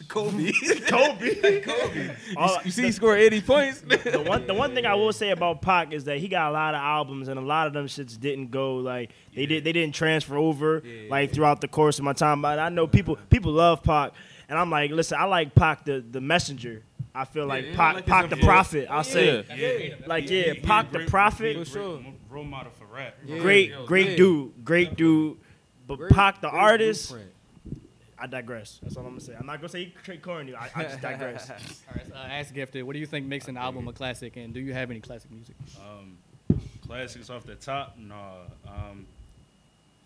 Speaker 3: Kobe.
Speaker 4: Kobe.
Speaker 3: Kobe.
Speaker 4: All-
Speaker 1: You see, he scored 80 points.
Speaker 4: the one, the one thing I will say about Pac is that he got a lot of albums, and a lot of them shits didn't go like they did. They didn't transfer over
Speaker 3: Yeah.
Speaker 4: like throughout the course of my time. But I know people people love Pac, and I'm like, listen, I like Pac the the messenger. I feel like
Speaker 3: yeah,
Speaker 4: Pac,
Speaker 3: like
Speaker 4: Pac
Speaker 3: his
Speaker 4: the
Speaker 3: influence.
Speaker 4: prophet. I say it.
Speaker 2: That's
Speaker 5: Yeah.
Speaker 2: freedom. That's
Speaker 4: Like,
Speaker 2: freedom.
Speaker 4: yeah,
Speaker 5: He- he a
Speaker 4: Pac the
Speaker 5: great- he a
Speaker 4: Prophet.
Speaker 5: great
Speaker 3: For sure.
Speaker 5: mo- Role model for rap.
Speaker 3: Yeah.
Speaker 4: great,
Speaker 3: yo,
Speaker 4: great
Speaker 3: yeah.
Speaker 4: dude, great dude. But
Speaker 3: Great-
Speaker 4: Pac the
Speaker 3: great
Speaker 4: artist,
Speaker 3: blueprint.
Speaker 4: I digress. That's all I'm gonna say. I'm not gonna say he Trey Corny. I, I just digress.
Speaker 2: All right, so, uh, ask Gifted. What do you think makes an album a classic, and do you have any classic music?
Speaker 5: Um, classics off the top, nah. Um,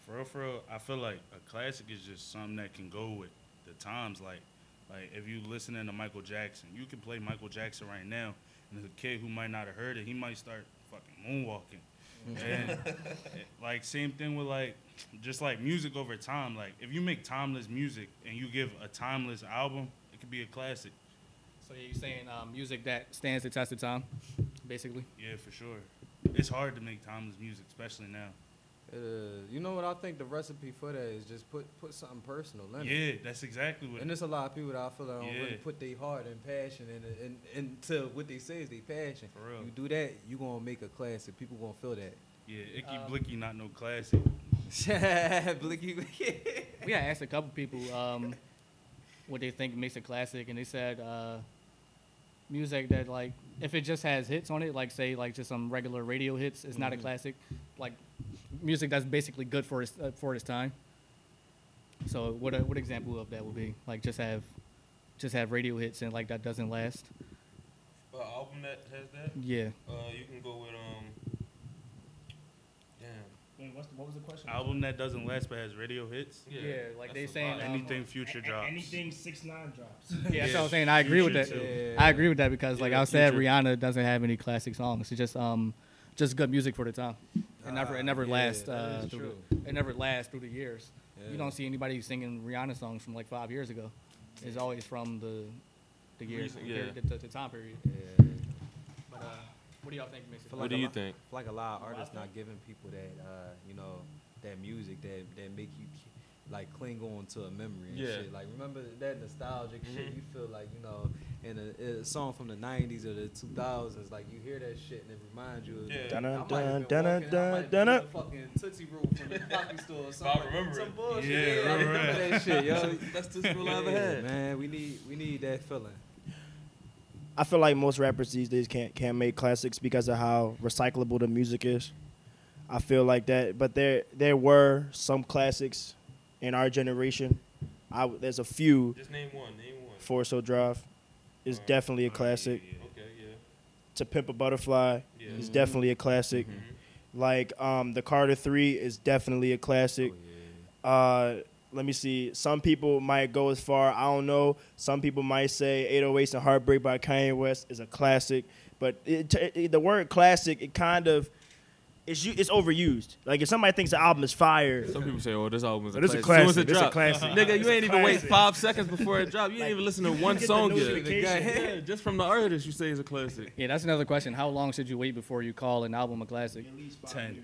Speaker 5: for real, for real, I feel like a classic is just something that can go with the times. Like, like if you listening to Michael Jackson, you can play Michael Jackson right now, and the kid who might not have heard it, he might start fucking moonwalking. And eh, like same thing with like just like music over time. Like if you make timeless music and you give a timeless album, it could be a classic.
Speaker 2: So yeah, you're saying um, music that stands the test of time, basically.
Speaker 5: Yeah, for sure. It's hard to make timeless music, especially now.
Speaker 3: It is. Uh, You know what I think the recipe for that is just put put something personal in it.
Speaker 5: Yeah, that's exactly what.
Speaker 3: And there's a lot of people that I feel that don't really
Speaker 5: Yeah.
Speaker 3: put their heart and passion in it, and into what they say is their passion.
Speaker 5: For real.
Speaker 3: You do that, you gonna make a classic. People gonna feel
Speaker 5: Yeah, Icky
Speaker 2: Um,
Speaker 5: Blicky, not no classic.
Speaker 3: that. Blicky, Blicky.
Speaker 2: We had asked a couple people um, what they think makes a classic, and they said uh, music that like if it just has hits on it, like say like just some regular radio hits, it's not a classic. Like music that's basically good for its uh, for its time. So what a, what example of that would be like just have just have radio hits and like that doesn't last.
Speaker 1: An album that has that,
Speaker 2: Yeah.
Speaker 1: uh, you can go with, um, damn.
Speaker 2: what's the, what was the question?
Speaker 5: Album that doesn't last but has radio hits.
Speaker 2: Yeah, like they saying
Speaker 1: saying
Speaker 2: um,
Speaker 5: Anything future drops.
Speaker 4: six nine drops.
Speaker 2: Yeah, that's
Speaker 5: Yeah.
Speaker 2: what I'm saying. I agree with that.
Speaker 5: Future
Speaker 3: too.
Speaker 2: I agree with that because, like,
Speaker 5: Yeah,
Speaker 2: I said,
Speaker 5: Future.
Speaker 2: Rihanna doesn't have any classic songs. It's just um, just good music for the time. It never,
Speaker 3: Ah,
Speaker 2: it never
Speaker 3: yeah,
Speaker 2: lasts.
Speaker 3: that
Speaker 2: Uh,
Speaker 3: is
Speaker 2: through,
Speaker 3: true.
Speaker 2: it never lasts through the years.
Speaker 3: Yeah.
Speaker 2: You don't see anybody singing Rihanna songs from like five years ago. It's always from the the year,
Speaker 1: Recent,
Speaker 2: the,
Speaker 1: yeah.
Speaker 2: the, the, the time period.
Speaker 3: Yeah.
Speaker 2: But uh, what do y'all think makes it?
Speaker 3: Feel
Speaker 1: What
Speaker 3: like
Speaker 1: do
Speaker 3: a
Speaker 1: you
Speaker 3: lot-
Speaker 1: think?
Speaker 3: feel like a lot of artists not giving people that, uh, you know, that music that that make you like cling on to a memory and
Speaker 1: Yeah.
Speaker 3: shit. Like remember that nostalgic
Speaker 2: Mm-hmm.
Speaker 3: shit. You feel like you know, in a, a song from the '90s or the 2000s, like you hear that shit and it reminds you. Of,
Speaker 1: Yeah.
Speaker 3: I might
Speaker 4: Dun,
Speaker 3: have been
Speaker 4: dun,
Speaker 3: walking,
Speaker 4: dun,
Speaker 3: I might have
Speaker 4: dun,
Speaker 3: been
Speaker 4: dun.
Speaker 3: in the Fucking Tootsie Roll from the coffee store or something. like-
Speaker 1: remember
Speaker 3: some
Speaker 1: it.
Speaker 3: bullshit.
Speaker 5: Yeah,
Speaker 3: I
Speaker 5: right,
Speaker 3: remember
Speaker 5: right.
Speaker 3: that shit, yo. That's just real I ever
Speaker 1: Yeah,
Speaker 3: had. Man, we need we need that feeling.
Speaker 4: I feel like most rappers these days can't can't make classics because of how recyclable the music is. I feel like that, but there there were some classics in our generation. I w- there's a few.
Speaker 1: Just name one, name one.
Speaker 4: Forest Hill Drive is definitely a classic.
Speaker 5: Oh, Yeah, yeah, yeah.
Speaker 1: Okay, yeah.
Speaker 4: To Pimp a Butterfly
Speaker 1: Yeah.
Speaker 4: is definitely a classic.
Speaker 1: Mhm.
Speaker 5: Mm-hmm.
Speaker 4: Like um, the Carter Three is definitely a classic.
Speaker 5: Oh,
Speaker 4: Uh, let me see. Some people might go as far. I don't know. Some people might say 808s and Heartbreak by Kanye West is a classic, but it, it, it- the word classic it kind of it's u- it's overused. Like if somebody thinks the album is fire,
Speaker 1: Some people say, "Oh, this album is a
Speaker 4: But it's a
Speaker 1: classic." As
Speaker 4: classic,
Speaker 1: soon as it
Speaker 4: it's a
Speaker 1: drop,
Speaker 4: classic.
Speaker 1: nigga,
Speaker 4: It's
Speaker 1: you
Speaker 4: a
Speaker 1: ain't even wait
Speaker 4: classic.
Speaker 1: five seconds before it drop. You ain't even listen to one
Speaker 4: get the
Speaker 1: song yet.
Speaker 4: notification.
Speaker 1: Yeah, just from the artist, you say it's a classic.
Speaker 2: Yeah, that's another question. How long should you wait before you call an album a classic?
Speaker 5: Ten.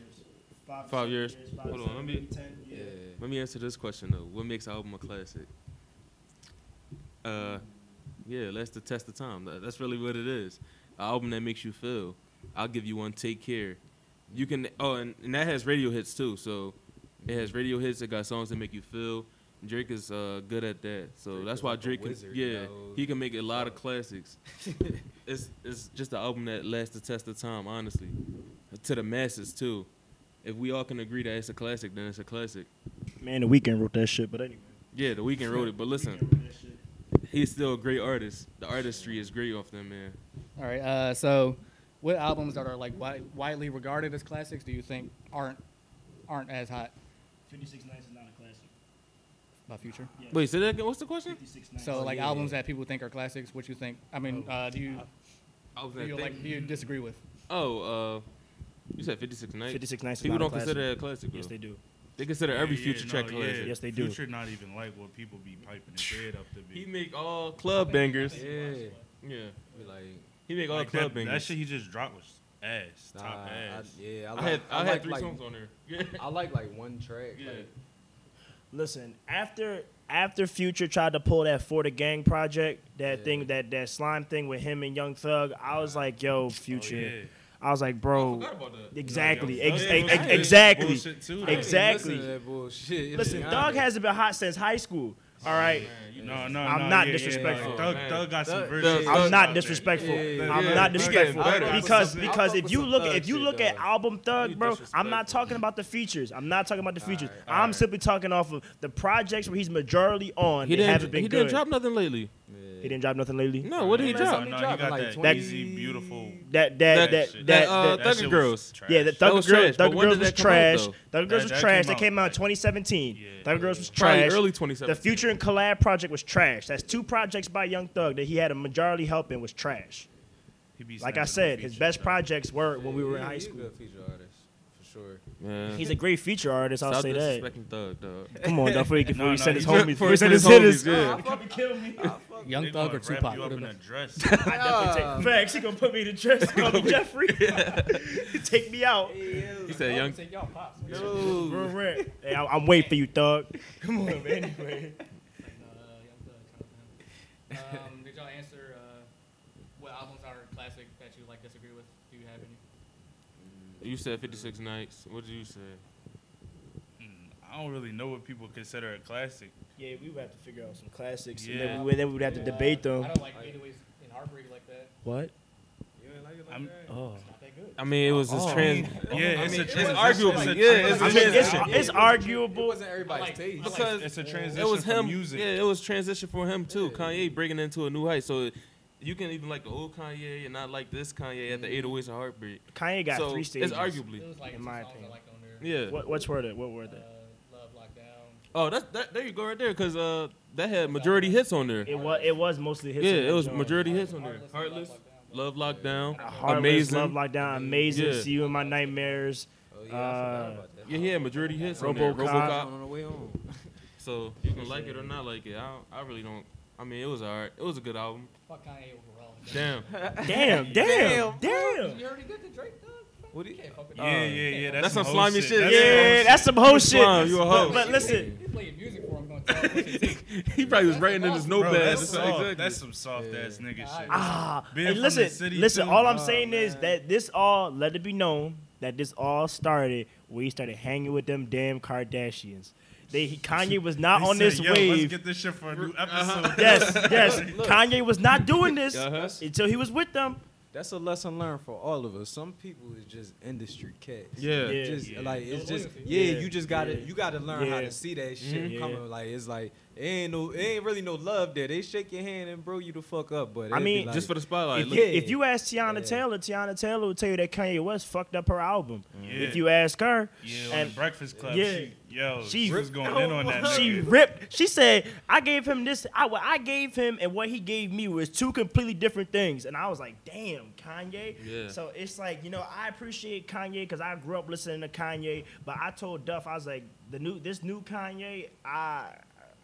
Speaker 4: Five,
Speaker 1: Five years. Hold on, let me-
Speaker 3: Yeah. yeah.
Speaker 1: Let me answer this question though. What makes an album a classic? Uh, yeah, that's the test of time. Tha- That's really what it is. An album that makes you feel. I'll give you one. Take care. You can. Oh, and, and that has radio hits too. So it has radio hits. It got songs that make you feel. Drake is uh, good at that. So
Speaker 3: Drake
Speaker 1: that's
Speaker 3: is
Speaker 1: why
Speaker 3: like a
Speaker 1: Drake. Can,
Speaker 3: wizard,
Speaker 1: yeah,
Speaker 3: yo.
Speaker 1: he can make a lot of classics. it's it's just an album that lasts the test of time. Honestly, to the masses too. If we all can agree that it's a classic, then it's a classic.
Speaker 4: Man, the weekend wrote that shit, but anyway.
Speaker 1: Yeah, The Weeknd wrote it, but listen, he's still a great artist. The artistry is great off them, man.
Speaker 2: All right. Uh, so, what albums that are like wi- widely regarded as classics do you think aren't aren't as hot
Speaker 4: Fifty Six Nights is not a classic.
Speaker 2: by Future?
Speaker 1: Wait, say that again. What's the question?
Speaker 2: So,
Speaker 3: Oh,
Speaker 2: like
Speaker 3: yeah.
Speaker 2: Oh. albums that people think are classics, what you think? I mean, uh, do you
Speaker 1: I was
Speaker 2: do you like do you disagree with?
Speaker 1: Oh, uh, you said 56 Nights.
Speaker 4: 56 Nights is not
Speaker 1: People
Speaker 4: a
Speaker 1: don't
Speaker 4: classic.
Speaker 1: consider that a classic.
Speaker 4: Yes,
Speaker 1: though.
Speaker 4: they do.
Speaker 1: They consider every
Speaker 5: Yeah, yeah,
Speaker 1: future
Speaker 5: no,
Speaker 1: track
Speaker 5: yeah.
Speaker 1: classic.
Speaker 4: Yes, they do.
Speaker 5: Future not even like what people be piping his head up to
Speaker 1: He
Speaker 5: be.
Speaker 1: make all club bangers.
Speaker 3: Yeah,
Speaker 1: Yeah,
Speaker 3: we like
Speaker 1: he make all
Speaker 5: Like
Speaker 1: club
Speaker 5: that, that
Speaker 1: bangers.
Speaker 5: shit he just dropped was ass,
Speaker 3: nah, I,
Speaker 5: top ass.
Speaker 3: yeah. I,
Speaker 1: I
Speaker 3: like,
Speaker 1: had I,
Speaker 3: like,
Speaker 1: had three
Speaker 3: like,
Speaker 1: songs on there. Yeah.
Speaker 3: I like like one track.
Speaker 1: Yeah.
Speaker 3: Like,
Speaker 4: Listen, after after Future tried to pull that for the gang project, that
Speaker 3: Yeah.
Speaker 4: thing, that that slime thing with him and Young Thug, I was like, yo, Future.
Speaker 5: Oh, yeah.
Speaker 4: I was like, bro.
Speaker 1: forgot about that.
Speaker 4: Exactly.
Speaker 5: Young
Speaker 4: Ex-
Speaker 5: Thug
Speaker 4: ex-
Speaker 5: was
Speaker 4: ex- exactly.
Speaker 5: good. Bullshit too,
Speaker 3: I
Speaker 5: though.
Speaker 3: ain't
Speaker 4: Exactly.
Speaker 3: Listen, to that bullshit.
Speaker 4: Listen,
Speaker 3: Yeah.
Speaker 4: Thug hasn't been hot since high school. All right.
Speaker 1: Man, you
Speaker 5: No, no,
Speaker 4: I'm
Speaker 5: no,
Speaker 4: not
Speaker 5: yeah, yeah,
Speaker 4: disrespectful.
Speaker 5: like, Thug,
Speaker 1: Oh, man.
Speaker 5: Thug got some
Speaker 3: Thug-
Speaker 5: verses.
Speaker 1: Thug-
Speaker 4: I'm not
Speaker 5: out there.
Speaker 4: disrespectful.
Speaker 3: Yeah,
Speaker 4: I'm
Speaker 1: yeah,
Speaker 4: not
Speaker 1: yeah. He
Speaker 4: disrespectful
Speaker 1: getting better.
Speaker 4: because
Speaker 3: I fuck
Speaker 4: because
Speaker 3: with
Speaker 4: if you
Speaker 3: some
Speaker 4: look
Speaker 3: thug
Speaker 4: if you
Speaker 3: shit,
Speaker 4: look at
Speaker 3: though.
Speaker 4: album Thug,
Speaker 1: You
Speaker 4: bro, I'm
Speaker 1: disrespectful.
Speaker 4: not talking about the features. I'm not talking about the features.
Speaker 3: Alright,
Speaker 4: I'm
Speaker 1: alright.
Speaker 4: simply talking off of the projects where he's majority on.
Speaker 1: He
Speaker 4: He haven't
Speaker 1: didn't.
Speaker 4: been
Speaker 1: He
Speaker 4: good.
Speaker 1: didn't drop nothing lately.
Speaker 4: he didn't drop nothing lately.
Speaker 1: No, what did he
Speaker 3: Yeah.
Speaker 5: No,
Speaker 1: drop?
Speaker 5: no, he
Speaker 3: Dropped
Speaker 5: got
Speaker 3: in, like,
Speaker 5: that
Speaker 3: 20
Speaker 5: easy, beautiful.
Speaker 4: That that
Speaker 1: That
Speaker 4: that
Speaker 5: shit.
Speaker 4: that,
Speaker 1: That, uh,
Speaker 4: that-
Speaker 1: Thug
Speaker 5: shit
Speaker 1: and
Speaker 5: was
Speaker 1: Girls.
Speaker 5: trash.
Speaker 4: yeah, the Thugger Girls,
Speaker 1: was trash, but
Speaker 4: Thugger
Speaker 1: when
Speaker 4: Girls
Speaker 1: did
Speaker 4: was
Speaker 1: that come out,
Speaker 4: trash.
Speaker 5: That-
Speaker 4: Thugger Girls was
Speaker 5: that
Speaker 4: trash.
Speaker 5: came
Speaker 4: That
Speaker 5: out,
Speaker 4: came out in
Speaker 5: like-
Speaker 4: 2017.
Speaker 5: Yeah.
Speaker 4: Thugger Girls was
Speaker 1: Probably
Speaker 4: trash.
Speaker 1: early 2017.
Speaker 4: The Future and Collab project was trash. That's two projects by Young Thug that he had a majority help in was trash.
Speaker 5: He be
Speaker 4: Like I
Speaker 5: snapping
Speaker 4: said,
Speaker 5: on
Speaker 4: his
Speaker 5: features,
Speaker 4: best
Speaker 5: though.
Speaker 4: projects were when we were in
Speaker 3: Yeah,
Speaker 4: high
Speaker 3: he's a
Speaker 4: school.
Speaker 3: good feature artist for sure.
Speaker 1: Yeah.
Speaker 4: He's a great feature artist. I'll
Speaker 1: Stop
Speaker 4: say that.
Speaker 1: disrespecting Thug, dog.
Speaker 4: Come on, though, before you, before
Speaker 5: No,
Speaker 4: you
Speaker 5: no,
Speaker 4: send
Speaker 5: he
Speaker 4: his
Speaker 5: took-
Speaker 4: homies,
Speaker 1: for
Speaker 4: before you send his
Speaker 1: his
Speaker 4: hitters.
Speaker 1: homies, yeah.
Speaker 3: I fuck, kill me. I fuck,
Speaker 2: Young
Speaker 5: They
Speaker 2: Thug
Speaker 5: gonna
Speaker 2: or
Speaker 5: wrap
Speaker 2: Tupac?
Speaker 5: you
Speaker 2: What
Speaker 5: up in a
Speaker 2: about-
Speaker 5: dress.
Speaker 1: Um,
Speaker 3: nah.
Speaker 4: Facts, he gonna put me to dress. Call me Jeffrey. Take me out.
Speaker 1: He said young.
Speaker 2: Y'all pops. man.
Speaker 3: Dude.
Speaker 4: Real rap. Hey, I- I'm waiting for you, thug. Come on, man. Anyway,
Speaker 2: No, uh, Young Thug, shout out to him. Um, did y'all answer uh, what albums are classic that you like disagree with? Do you have any?
Speaker 1: You said 56 Nights. What did you say?
Speaker 5: Mm, I don't really know what people consider a classic.
Speaker 4: yeah, we would have to figure out some classics,
Speaker 5: and
Speaker 4: and
Speaker 5: then
Speaker 4: then
Speaker 5: Yeah.
Speaker 4: we, would have to
Speaker 2: Uh,
Speaker 4: debate
Speaker 2: I
Speaker 4: them.
Speaker 2: don't like Fadeaways and Heartbreak like that.
Speaker 4: What?
Speaker 3: You ain't like it like
Speaker 5: I'm-
Speaker 3: that?
Speaker 4: Oh.
Speaker 2: Not that good.
Speaker 1: I mean, it was just
Speaker 4: Oh.
Speaker 1: trans.
Speaker 5: Yeah, it's
Speaker 1: mean,
Speaker 5: a
Speaker 1: it's
Speaker 5: transition.
Speaker 1: arguable.
Speaker 5: It's a
Speaker 1: Yeah, it's-
Speaker 4: I mean,
Speaker 5: transition.
Speaker 4: it's,
Speaker 3: Yeah, it
Speaker 4: it's
Speaker 3: wasn't- It
Speaker 4: arguable.
Speaker 3: wasn't everybody's
Speaker 2: like-
Speaker 3: taste.
Speaker 2: I like-
Speaker 1: Because
Speaker 5: It's a transition
Speaker 1: it was him.
Speaker 5: from music.
Speaker 1: Yeah, it was transition for him too. Kanye bringing it into a new height. So you can even like the old Kanye and not like this Kanye at the 808s and Heartbreak.
Speaker 4: Kanye got
Speaker 1: so
Speaker 4: three stages.
Speaker 1: It's
Speaker 2: It
Speaker 1: arguably.
Speaker 2: was like
Speaker 4: In
Speaker 2: some
Speaker 4: my
Speaker 2: songs
Speaker 4: opinion.
Speaker 2: I liked on there.
Speaker 1: Yeah.
Speaker 4: What, what's word it? What word
Speaker 2: Uh,
Speaker 4: it?
Speaker 2: Love Lockdown.
Speaker 1: Oh, that's that. There you go, right there. Because uh, that had majority hits on there.
Speaker 4: It was it was mostly his.
Speaker 1: yeah,
Speaker 4: and
Speaker 1: it was
Speaker 4: John.
Speaker 1: majority hits on there.
Speaker 2: Heartless and
Speaker 1: Heartless, Love
Speaker 2: Love
Speaker 1: Lockdown,
Speaker 4: Heartless,
Speaker 1: Amazing.
Speaker 4: Love Lockdown, amazing.
Speaker 1: Yeah.
Speaker 4: See you in my nightmares.
Speaker 3: Oh, yeah, I forgot
Speaker 4: Uh,
Speaker 3: about that.
Speaker 1: yeah, he had majority hits on there.
Speaker 4: RoboCop.
Speaker 1: RoboCop.
Speaker 3: On the way home.
Speaker 1: So you can like it or not like it. I don't, I really don't. I mean, it was alright. It was a good album.
Speaker 2: Fuck Kanye overall.
Speaker 1: Damn.
Speaker 4: Damn, damn, damn.
Speaker 2: You already good to Drake, Thug?
Speaker 3: What do
Speaker 2: You
Speaker 3: you?
Speaker 2: can't fuck with
Speaker 5: Yeah,
Speaker 2: Drake.
Speaker 5: yeah, yeah. That's,
Speaker 1: That's some
Speaker 5: whole
Speaker 1: slimy shit.
Speaker 5: That's
Speaker 4: Yeah,
Speaker 5: some-
Speaker 4: that's some hoe shit.
Speaker 1: Slime, you a hoe.
Speaker 4: But, but listen,
Speaker 2: You playing music for him going to
Speaker 1: he probably was writing in his
Speaker 5: Bro,
Speaker 1: notepad.
Speaker 5: that's,
Speaker 1: That's
Speaker 5: soft.
Speaker 1: exactly.
Speaker 5: that's some soft ass nigga
Speaker 2: Yeah.
Speaker 5: shit.
Speaker 4: ah,
Speaker 5: Being
Speaker 4: and
Speaker 5: from the
Speaker 4: listen,
Speaker 5: city
Speaker 4: listen.
Speaker 5: too.
Speaker 4: All I'm
Speaker 5: Oh,
Speaker 4: saying is that this all let it be known that this all started when he started hanging with them damn Kardashians. They he, Kanye was not
Speaker 5: He
Speaker 4: on
Speaker 5: said,
Speaker 4: this
Speaker 5: "Yo, Let's
Speaker 4: wave.
Speaker 5: get this shit for a new episode.
Speaker 4: Yes, yes. Kanye was not doing this
Speaker 1: Uh-huh.
Speaker 4: until he was with them.
Speaker 3: That's a lesson learned for all of us. Some people is just industry cats.
Speaker 1: Yeah.
Speaker 4: Yeah.
Speaker 3: Just
Speaker 5: Yeah.
Speaker 3: like it's
Speaker 2: No
Speaker 3: just
Speaker 2: loyalty.
Speaker 3: yeah,
Speaker 4: Yeah.
Speaker 3: you just gotta
Speaker 4: Yeah.
Speaker 3: you gotta learn how
Speaker 4: Yeah.
Speaker 3: to see that shit
Speaker 4: Mhm.
Speaker 3: coming. Like it's like it ain't no it ain't really no love there. They shake your hand and bro you the fuck up, but
Speaker 4: I
Speaker 3: it'd be
Speaker 4: mean,
Speaker 3: like,
Speaker 1: Just for the spotlight.
Speaker 4: if,
Speaker 1: Look,
Speaker 4: you,
Speaker 3: Yeah.
Speaker 4: if you ask Tiana
Speaker 3: Yeah.
Speaker 4: Taylor, Tiana Taylor will tell you that Kanye West fucked up her album.
Speaker 5: Yeah.
Speaker 4: If you ask her,
Speaker 5: yeah, on
Speaker 4: and
Speaker 5: the Breakfast Club,
Speaker 4: yeah.
Speaker 5: she, yo,
Speaker 4: She-
Speaker 5: she, was going in on that.
Speaker 4: she
Speaker 5: nigga.
Speaker 4: ripped. She said, "I gave him this. I what I gave him and what he gave me was two completely different things." And I was like, "Damn, Kanye."
Speaker 1: Yeah.
Speaker 4: So it's like you know, I appreciate Kanye because I grew up listening to Kanye. But I told Duff, I was like, "The new this new Kanye, I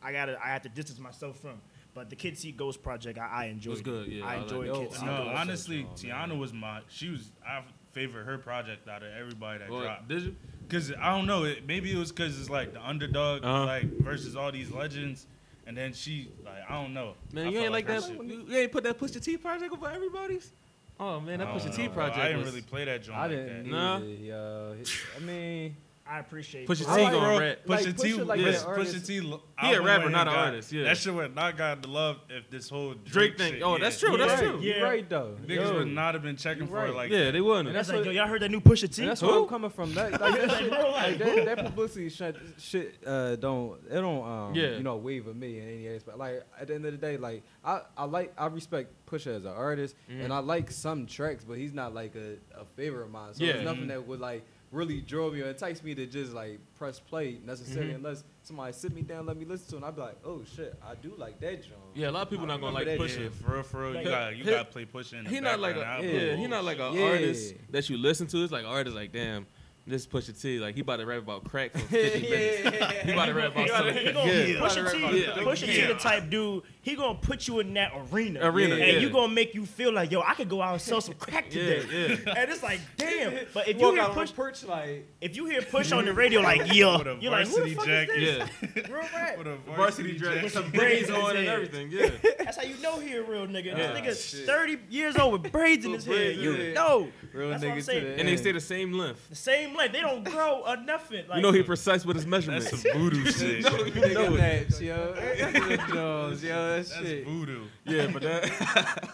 Speaker 4: I gotta I have to distance myself from." But the Kid See Ghost project, I, I enjoy.
Speaker 1: Was good, yeah, I
Speaker 4: I
Speaker 1: like
Speaker 4: enjoy
Speaker 1: that.
Speaker 4: Kid See
Speaker 5: No,
Speaker 4: Ghost.
Speaker 5: honestly,
Speaker 3: Oh,
Speaker 5: Tiana was my. She was. I favor her project out of everybody that
Speaker 1: Well,
Speaker 5: dropped.
Speaker 1: did you?
Speaker 5: Cause I don't know. It, maybe it was cause it's like the underdog,
Speaker 1: Uh-huh.
Speaker 5: like versus all these legends, and then she like I don't know.
Speaker 1: Man,
Speaker 5: I
Speaker 1: you
Speaker 5: felt
Speaker 1: ain't like
Speaker 5: her
Speaker 1: that.
Speaker 5: shit-
Speaker 1: You you ain't put that Push the T project over everybody's. Oh man, that
Speaker 5: I
Speaker 1: Push the
Speaker 5: don't
Speaker 1: T
Speaker 5: know, bro. I
Speaker 1: project
Speaker 5: didn't
Speaker 1: was.
Speaker 5: really play that joint
Speaker 3: I
Speaker 5: like
Speaker 3: didn't
Speaker 5: that.
Speaker 1: Nah.
Speaker 3: yeah, uh, I mean
Speaker 4: I appreciate.
Speaker 1: Pusha
Speaker 4: Ghost.
Speaker 1: T
Speaker 3: I like-
Speaker 1: going
Speaker 5: Bro,
Speaker 1: rap.
Speaker 5: Pusha
Speaker 3: Like,
Speaker 5: T,
Speaker 3: Pusha like
Speaker 5: Pusha-
Speaker 3: an artist.
Speaker 5: Pusha T, l-
Speaker 1: He a
Speaker 5: album
Speaker 1: rapper,
Speaker 5: went
Speaker 1: not
Speaker 5: and
Speaker 1: an
Speaker 5: got-
Speaker 1: artist, yeah.
Speaker 5: that shit would not got the love if this whole
Speaker 1: Drake thing.
Speaker 5: shit,
Speaker 1: Oh,
Speaker 5: yeah.
Speaker 1: that's true.
Speaker 3: you
Speaker 1: That's
Speaker 3: right,
Speaker 1: true.
Speaker 3: you
Speaker 4: Yeah.
Speaker 3: right though.
Speaker 5: Niggas
Speaker 3: Yo.
Speaker 5: would not have been checking
Speaker 3: You
Speaker 5: for it
Speaker 3: right.
Speaker 5: like
Speaker 1: Yeah, they
Speaker 3: And
Speaker 1: wouldn't.
Speaker 4: That's
Speaker 3: that's
Speaker 4: like,
Speaker 3: what-
Speaker 4: yo, y'all heard that new Pusha T?
Speaker 3: And that's
Speaker 1: Who?
Speaker 3: where I'm coming from. That, like, that, shit,
Speaker 4: Bro,
Speaker 3: like,
Speaker 4: like,
Speaker 3: that, that publicity shit, shit uh, don't it don't um,
Speaker 1: Yeah.
Speaker 3: you know wave at me in any aspect. Like at the end of the day, like I, I like I respect Pusha as an artist,
Speaker 1: Mhm.
Speaker 3: and I like some tracks, but he's not like a, a favorite of mine. So
Speaker 1: Yeah.
Speaker 3: there's nothing
Speaker 5: Mhm.
Speaker 3: that would like really drove me or enticed me to just like press play necessarily
Speaker 1: Mhm.
Speaker 3: unless somebody sit me down, let me listen to it. And I'd be like, oh shit, I do like that John.
Speaker 1: Yeah, a lot of people
Speaker 3: I
Speaker 1: not gonna
Speaker 3: remember
Speaker 1: like
Speaker 3: that
Speaker 1: Pusha.
Speaker 5: Yeah, for real, for real.
Speaker 1: Like,
Speaker 5: you got you
Speaker 1: he-
Speaker 5: got play pushing. In the
Speaker 1: He not like a
Speaker 5: background. I
Speaker 1: yeah,
Speaker 5: was
Speaker 1: he not like a
Speaker 3: Yeah.
Speaker 1: artist that you listen to. It's like an artist like damn, this Pusha T. Like he about to rap about crack for fifty minutes. He about to rap about something.
Speaker 4: He gonna
Speaker 1: Yeah.
Speaker 4: push a T,
Speaker 1: Yeah.
Speaker 4: push a T the
Speaker 5: Yeah.
Speaker 4: type dude. He gonna put you in that arena,
Speaker 1: Arena,
Speaker 4: and
Speaker 1: yeah.
Speaker 4: you gonna make you feel like yo, I could go out and sell some crack
Speaker 1: Yeah,
Speaker 4: today.
Speaker 1: yeah.
Speaker 4: And it's like damn. But if you
Speaker 3: Walk
Speaker 4: hear
Speaker 3: out on
Speaker 4: push,
Speaker 3: the perch like
Speaker 4: if you hear push on the radio, like yo,
Speaker 5: With a
Speaker 4: you're like who the
Speaker 5: varsity
Speaker 4: fuck
Speaker 5: jacket.
Speaker 4: is
Speaker 1: Yeah,
Speaker 4: this? Real rap.
Speaker 5: With a
Speaker 1: varsity dress,
Speaker 4: With
Speaker 1: with some
Speaker 4: some
Speaker 1: braids
Speaker 4: braids
Speaker 1: on
Speaker 4: in
Speaker 1: and
Speaker 4: it.
Speaker 1: everything. Yeah,
Speaker 4: That's how you know he a real nigga.
Speaker 1: Yeah.
Speaker 4: This nigga's
Speaker 3: Shit.
Speaker 4: 30 years old with braids in
Speaker 3: With
Speaker 4: his head.
Speaker 3: braids in
Speaker 4: You
Speaker 3: it.
Speaker 4: know.
Speaker 3: real
Speaker 4: That's what I'm
Speaker 3: nigga to
Speaker 4: saying.
Speaker 3: the
Speaker 4: And
Speaker 1: and they
Speaker 3: end.
Speaker 1: stay the same length.
Speaker 4: The same length. They don't grow or nothing. Like,
Speaker 1: You know he precise with his measurements.
Speaker 5: That's some voodoo shit.
Speaker 1: No, you
Speaker 3: Nigga
Speaker 1: know it.
Speaker 3: naps, yo. Nigga Jones, yo, that
Speaker 5: That's
Speaker 3: shit.
Speaker 5: voodoo.
Speaker 1: Yeah, but that.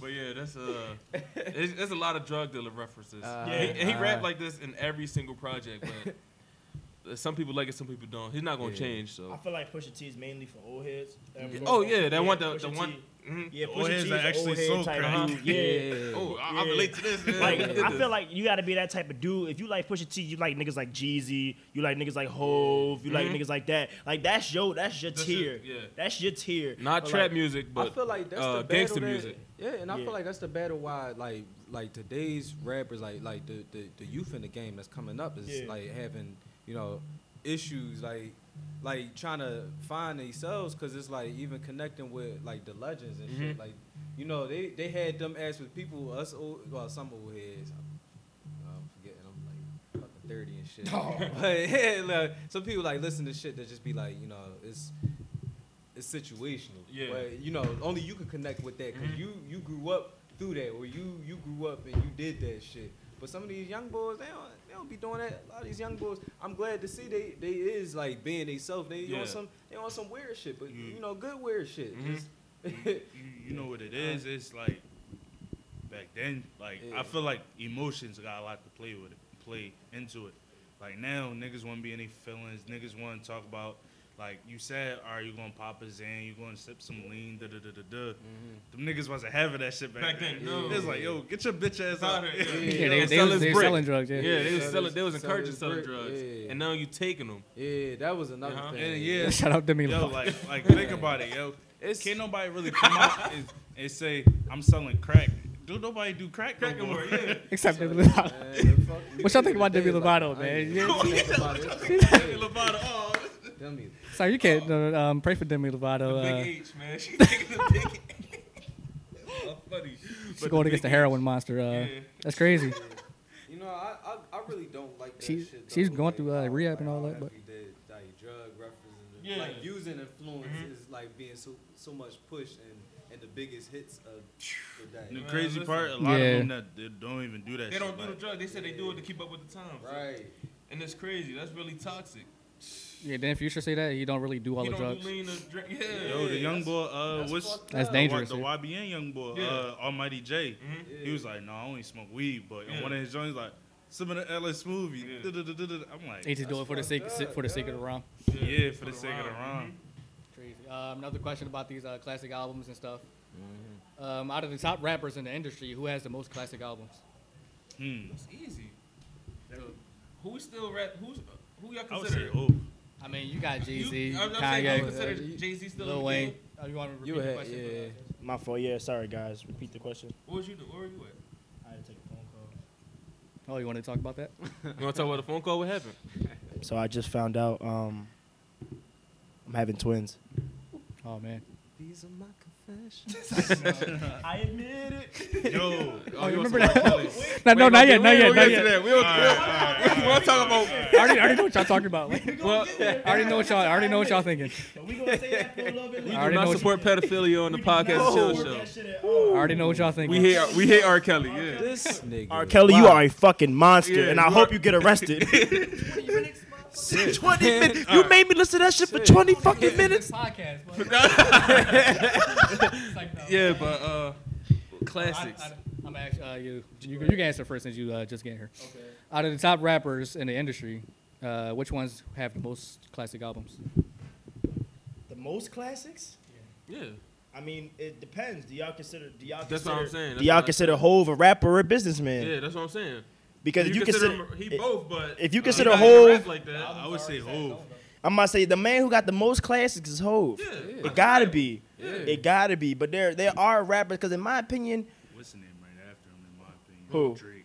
Speaker 1: But yeah, that's uh, it's, it's a lot of drug dealer references.
Speaker 3: Uh,
Speaker 1: And he, and he
Speaker 3: uh.
Speaker 1: rapped like this in every single project, but uh, some people like it, some people don't. He's not gonna
Speaker 3: Yeah.
Speaker 1: change,
Speaker 4: I
Speaker 1: so.
Speaker 4: feel like Pusha T is mainly for old heads. Um,
Speaker 1: Oh yeah, that one, the,
Speaker 4: Pusha
Speaker 1: the
Speaker 4: T.
Speaker 1: one. mhm.
Speaker 4: Yeah,
Speaker 5: Old
Speaker 4: Pusha
Speaker 5: heads
Speaker 4: T is
Speaker 5: are
Speaker 4: actually
Speaker 5: actually
Speaker 4: old head
Speaker 5: so
Speaker 4: type
Speaker 5: crazy.
Speaker 4: dude. Yeah.
Speaker 1: Oh, I, I
Speaker 4: Yeah.
Speaker 1: relate to this. man.
Speaker 4: Like
Speaker 1: We did
Speaker 4: I
Speaker 1: this.
Speaker 4: feel like you gotta be that type of dude. If you like Pusha T, you like niggas like Jeezy, you like niggas like Hove, you like
Speaker 1: Mhm.
Speaker 4: niggas like that. Like that's your that's your
Speaker 1: That's
Speaker 4: tier.
Speaker 1: it, yeah.
Speaker 4: That's your tier.
Speaker 1: not
Speaker 4: But,
Speaker 1: trap
Speaker 4: like,
Speaker 1: music, but
Speaker 3: I feel like that's
Speaker 1: uh,
Speaker 3: the battle
Speaker 1: gangster
Speaker 3: that-
Speaker 1: music.
Speaker 3: Yeah, and I
Speaker 4: Yeah.
Speaker 3: feel like that's the battle why like like today's rappers like like the the, the youth in the game that's coming up is
Speaker 4: Yeah.
Speaker 3: like having you know issues like like trying to find themselves because it's like even connecting with like the legends and
Speaker 1: Mm-hmm.
Speaker 3: shit like you know they they had them acts with people us old well some old heads. I'm, I'm forgetting I'm like fucking thirty and shit. but yeah, like, some people like listen to shit that just be like you know it's it's situational.
Speaker 1: Yeah.
Speaker 3: But you know, only you can connect with that because
Speaker 1: Mhm.
Speaker 3: you you grew up through that, or you you grew up and you did that shit. But some of these young boys, they don't they don't be doing that. A lot of these young boys, I'm glad to see they they is like being themselves. They
Speaker 1: Yeah. Mm-hmm.
Speaker 3: on some they on some weird shit, but
Speaker 5: Mhm.
Speaker 3: you know, good weird shit.
Speaker 1: Mhm.
Speaker 3: Just,
Speaker 5: You, you know what it is? It's like back then. Like
Speaker 3: Yeah.
Speaker 5: I feel like emotions got a lot to play with, it, play into it. Like now, niggas want to be any feelings. Niggas want to talk about. Like you said, are you gonna pop a zan? You gonna sip some lean? Da da da da da.
Speaker 3: Mm-hmm.
Speaker 5: Them niggas wasn't having that shit back,
Speaker 1: Back then, no.
Speaker 5: It's like, yo, get your bitch ass out
Speaker 1: Yeah,
Speaker 5: here.
Speaker 3: Yeah,
Speaker 2: Yeah,
Speaker 1: they
Speaker 2: they,
Speaker 1: was
Speaker 2: they,
Speaker 1: selling
Speaker 2: was- they
Speaker 1: brick.
Speaker 2: selling drugs. Yeah.
Speaker 1: Yeah, they was
Speaker 3: Sell
Speaker 1: selling.
Speaker 3: this-
Speaker 1: They was
Speaker 3: sell
Speaker 1: encouraging
Speaker 3: this
Speaker 1: selling
Speaker 3: brick,
Speaker 1: drugs,
Speaker 3: yeah.
Speaker 1: and now you taking them.
Speaker 3: yeah, that was another
Speaker 1: Uh-huh.
Speaker 3: thing.
Speaker 5: And yeah,
Speaker 2: Shout out to me.
Speaker 5: Yo, like, like think about it, yo.
Speaker 3: It's-
Speaker 5: Can't nobody really come out and, and say I'm selling crack. Do nobody do crack,
Speaker 1: Crack
Speaker 5: no
Speaker 1: and
Speaker 5: more?
Speaker 1: more, yeah.
Speaker 2: Except
Speaker 3: Man,
Speaker 2: Demi
Speaker 3: the
Speaker 2: Lovato.
Speaker 3: fuck you
Speaker 2: What y'all think about Demi
Speaker 3: today,
Speaker 2: Lovato,
Speaker 3: like, I ain't
Speaker 2: man?
Speaker 3: even think about it.
Speaker 1: Demi Lovato, oh, this is
Speaker 3: Demi-
Speaker 2: So you can't uh, um, pray for Demi
Speaker 1: the
Speaker 2: Lovato. Uh,
Speaker 1: big E, H, man. She taking the big H. That's funny. But
Speaker 2: she's going
Speaker 1: the
Speaker 2: against the
Speaker 1: big E.
Speaker 2: heroin monster. Uh,
Speaker 1: Yeah.
Speaker 2: That's crazy.
Speaker 3: You know, I, I, I really don't like that
Speaker 2: She's-
Speaker 3: shit.
Speaker 2: she's
Speaker 3: though,
Speaker 2: going through, uh,
Speaker 3: how-
Speaker 2: rehab
Speaker 3: like,
Speaker 2: and all
Speaker 3: how
Speaker 2: that, but-
Speaker 3: heavy the, like drug references,
Speaker 1: Yeah.
Speaker 3: like using influence is like being so so much push and and the biggest hits of the
Speaker 5: The
Speaker 3: day.
Speaker 1: Man,
Speaker 5: crazy
Speaker 1: listen.
Speaker 5: part, a lot
Speaker 2: Yeah.
Speaker 5: of them that they don't even do that.
Speaker 1: They
Speaker 5: shit,
Speaker 1: don't do the
Speaker 5: like-
Speaker 1: drug. They said they do it to keep up with the times.
Speaker 3: Right.
Speaker 1: And it's crazy. That's really toxic.
Speaker 2: Yeah, then Future say that he don't really do all
Speaker 1: you
Speaker 2: the
Speaker 1: don't
Speaker 2: drugs.
Speaker 1: do lean or drink. Yeah.
Speaker 5: Yo, the young
Speaker 3: that's-
Speaker 5: boy, uh,
Speaker 3: That's
Speaker 5: what's
Speaker 3: fucked
Speaker 2: That's
Speaker 3: up.
Speaker 5: the, Y-
Speaker 2: dangerous,
Speaker 5: the
Speaker 2: yeah.
Speaker 5: YBN young boy,
Speaker 1: Yeah.
Speaker 5: uh, Almighty J.
Speaker 1: Mhm.
Speaker 3: Yeah.
Speaker 5: He was like, no, I only smoke weed, but in
Speaker 1: Yeah.
Speaker 5: one of his joints, like, some of the LA smoothie.
Speaker 1: Yeah.
Speaker 5: da-da-da-da-da. I'm like,
Speaker 2: He just do
Speaker 3: That's
Speaker 2: it for the sake
Speaker 3: fucked up,
Speaker 2: for the sake of
Speaker 3: yeah.
Speaker 2: the rhyme.
Speaker 5: yeah, for the sake of the
Speaker 1: rhyme.
Speaker 5: rhyme.
Speaker 2: Crazy. Um, another question about these uh, classic albums and stuff. Um, out of the top rappers in the industry, who has the most classic albums?
Speaker 5: Hmm.
Speaker 1: It's easy. Who's still rap? Who's who y'all
Speaker 5: I would say,
Speaker 1: consider?
Speaker 5: oh,
Speaker 2: I mean, you got Jay Z,
Speaker 1: You, I'm, I'm saying you
Speaker 2: Kanye,
Speaker 1: consider
Speaker 3: Uh,
Speaker 1: Jay Z still in
Speaker 2: Lil
Speaker 1: the
Speaker 2: Wayne.
Speaker 1: game?
Speaker 2: Oh, you want to
Speaker 3: You
Speaker 2: repeat the
Speaker 3: had-
Speaker 2: question?
Speaker 3: yeah.
Speaker 4: My fault. Yeah, sorry guys. Repeat the question.
Speaker 1: What was you doing? Where were you at?
Speaker 4: I had to take a phone call.
Speaker 2: Oh, you want to talk about that?
Speaker 1: You want to talk about the phone call? What happened?
Speaker 2: Uh,
Speaker 4: So I just found out um, I'm having twins.
Speaker 2: Oh man.
Speaker 3: These are my confessions.
Speaker 4: I admit it.
Speaker 5: yo.
Speaker 1: Oh, you
Speaker 2: remember
Speaker 1: want to talk about-
Speaker 2: No, no,
Speaker 1: Wait, okay,
Speaker 2: not yet, not
Speaker 1: we don't
Speaker 2: yet, not
Speaker 1: get to
Speaker 2: yet.
Speaker 1: that. We don't-
Speaker 5: All right, all right, all
Speaker 1: we
Speaker 5: right.
Speaker 1: want to talk
Speaker 2: I
Speaker 1: about.
Speaker 2: already, I already know what y'all talking about.
Speaker 1: Well,
Speaker 2: I already know what y'all. I already know what y'all thinking.
Speaker 4: But we gonna say that for a little bit. longer.
Speaker 1: we do
Speaker 2: already know
Speaker 1: not
Speaker 2: what
Speaker 1: support pedophilia on the podcast
Speaker 4: No.
Speaker 1: chill show.
Speaker 4: That shit at all.
Speaker 2: I already know what y'all thinking.
Speaker 1: We hate we hate R. Kelly. Yeah.
Speaker 3: this nigga.
Speaker 4: R. Kelly, you are a fucking monster,
Speaker 1: Yeah,
Speaker 4: and I
Speaker 1: you
Speaker 4: hope
Speaker 1: are-
Speaker 4: you get arrested. 20 minutes. You
Speaker 1: Alright.
Speaker 4: made me listen to that shit for
Speaker 3: Shit.
Speaker 4: 20 fucking minutes.
Speaker 2: Podcast.
Speaker 1: Yeah, but uh, classics.
Speaker 2: I'm actually uh, you, you. You can answer first since you uh, just got here. Okay. Out of the top rappers in the industry, uh, which ones have the most classic albums?
Speaker 4: The most classics?
Speaker 1: Yeah,
Speaker 4: I mean, it depends. Do y'all consider? Do y'all
Speaker 1: that's what I'm saying.
Speaker 4: Do y'all
Speaker 1: That's
Speaker 4: consider Hove a rapper or a
Speaker 1: what I-
Speaker 4: businessman?
Speaker 1: Yeah, that's what I'm saying. If
Speaker 6: because if you consider,
Speaker 1: him- he both, but
Speaker 6: if you
Speaker 1: uh,
Speaker 6: consider
Speaker 1: he not even
Speaker 6: Hov-
Speaker 1: rap like that.
Speaker 5: I would say Hove.
Speaker 6: I'm gonna say the man who got the most classics is Hove.
Speaker 1: Yeah.
Speaker 6: It gotta be.
Speaker 1: Yeah.
Speaker 6: It gotta be. But there there are rappers because in my opinion,
Speaker 5: What's the name right after him, in my opinion?
Speaker 6: Who?
Speaker 5: Drake.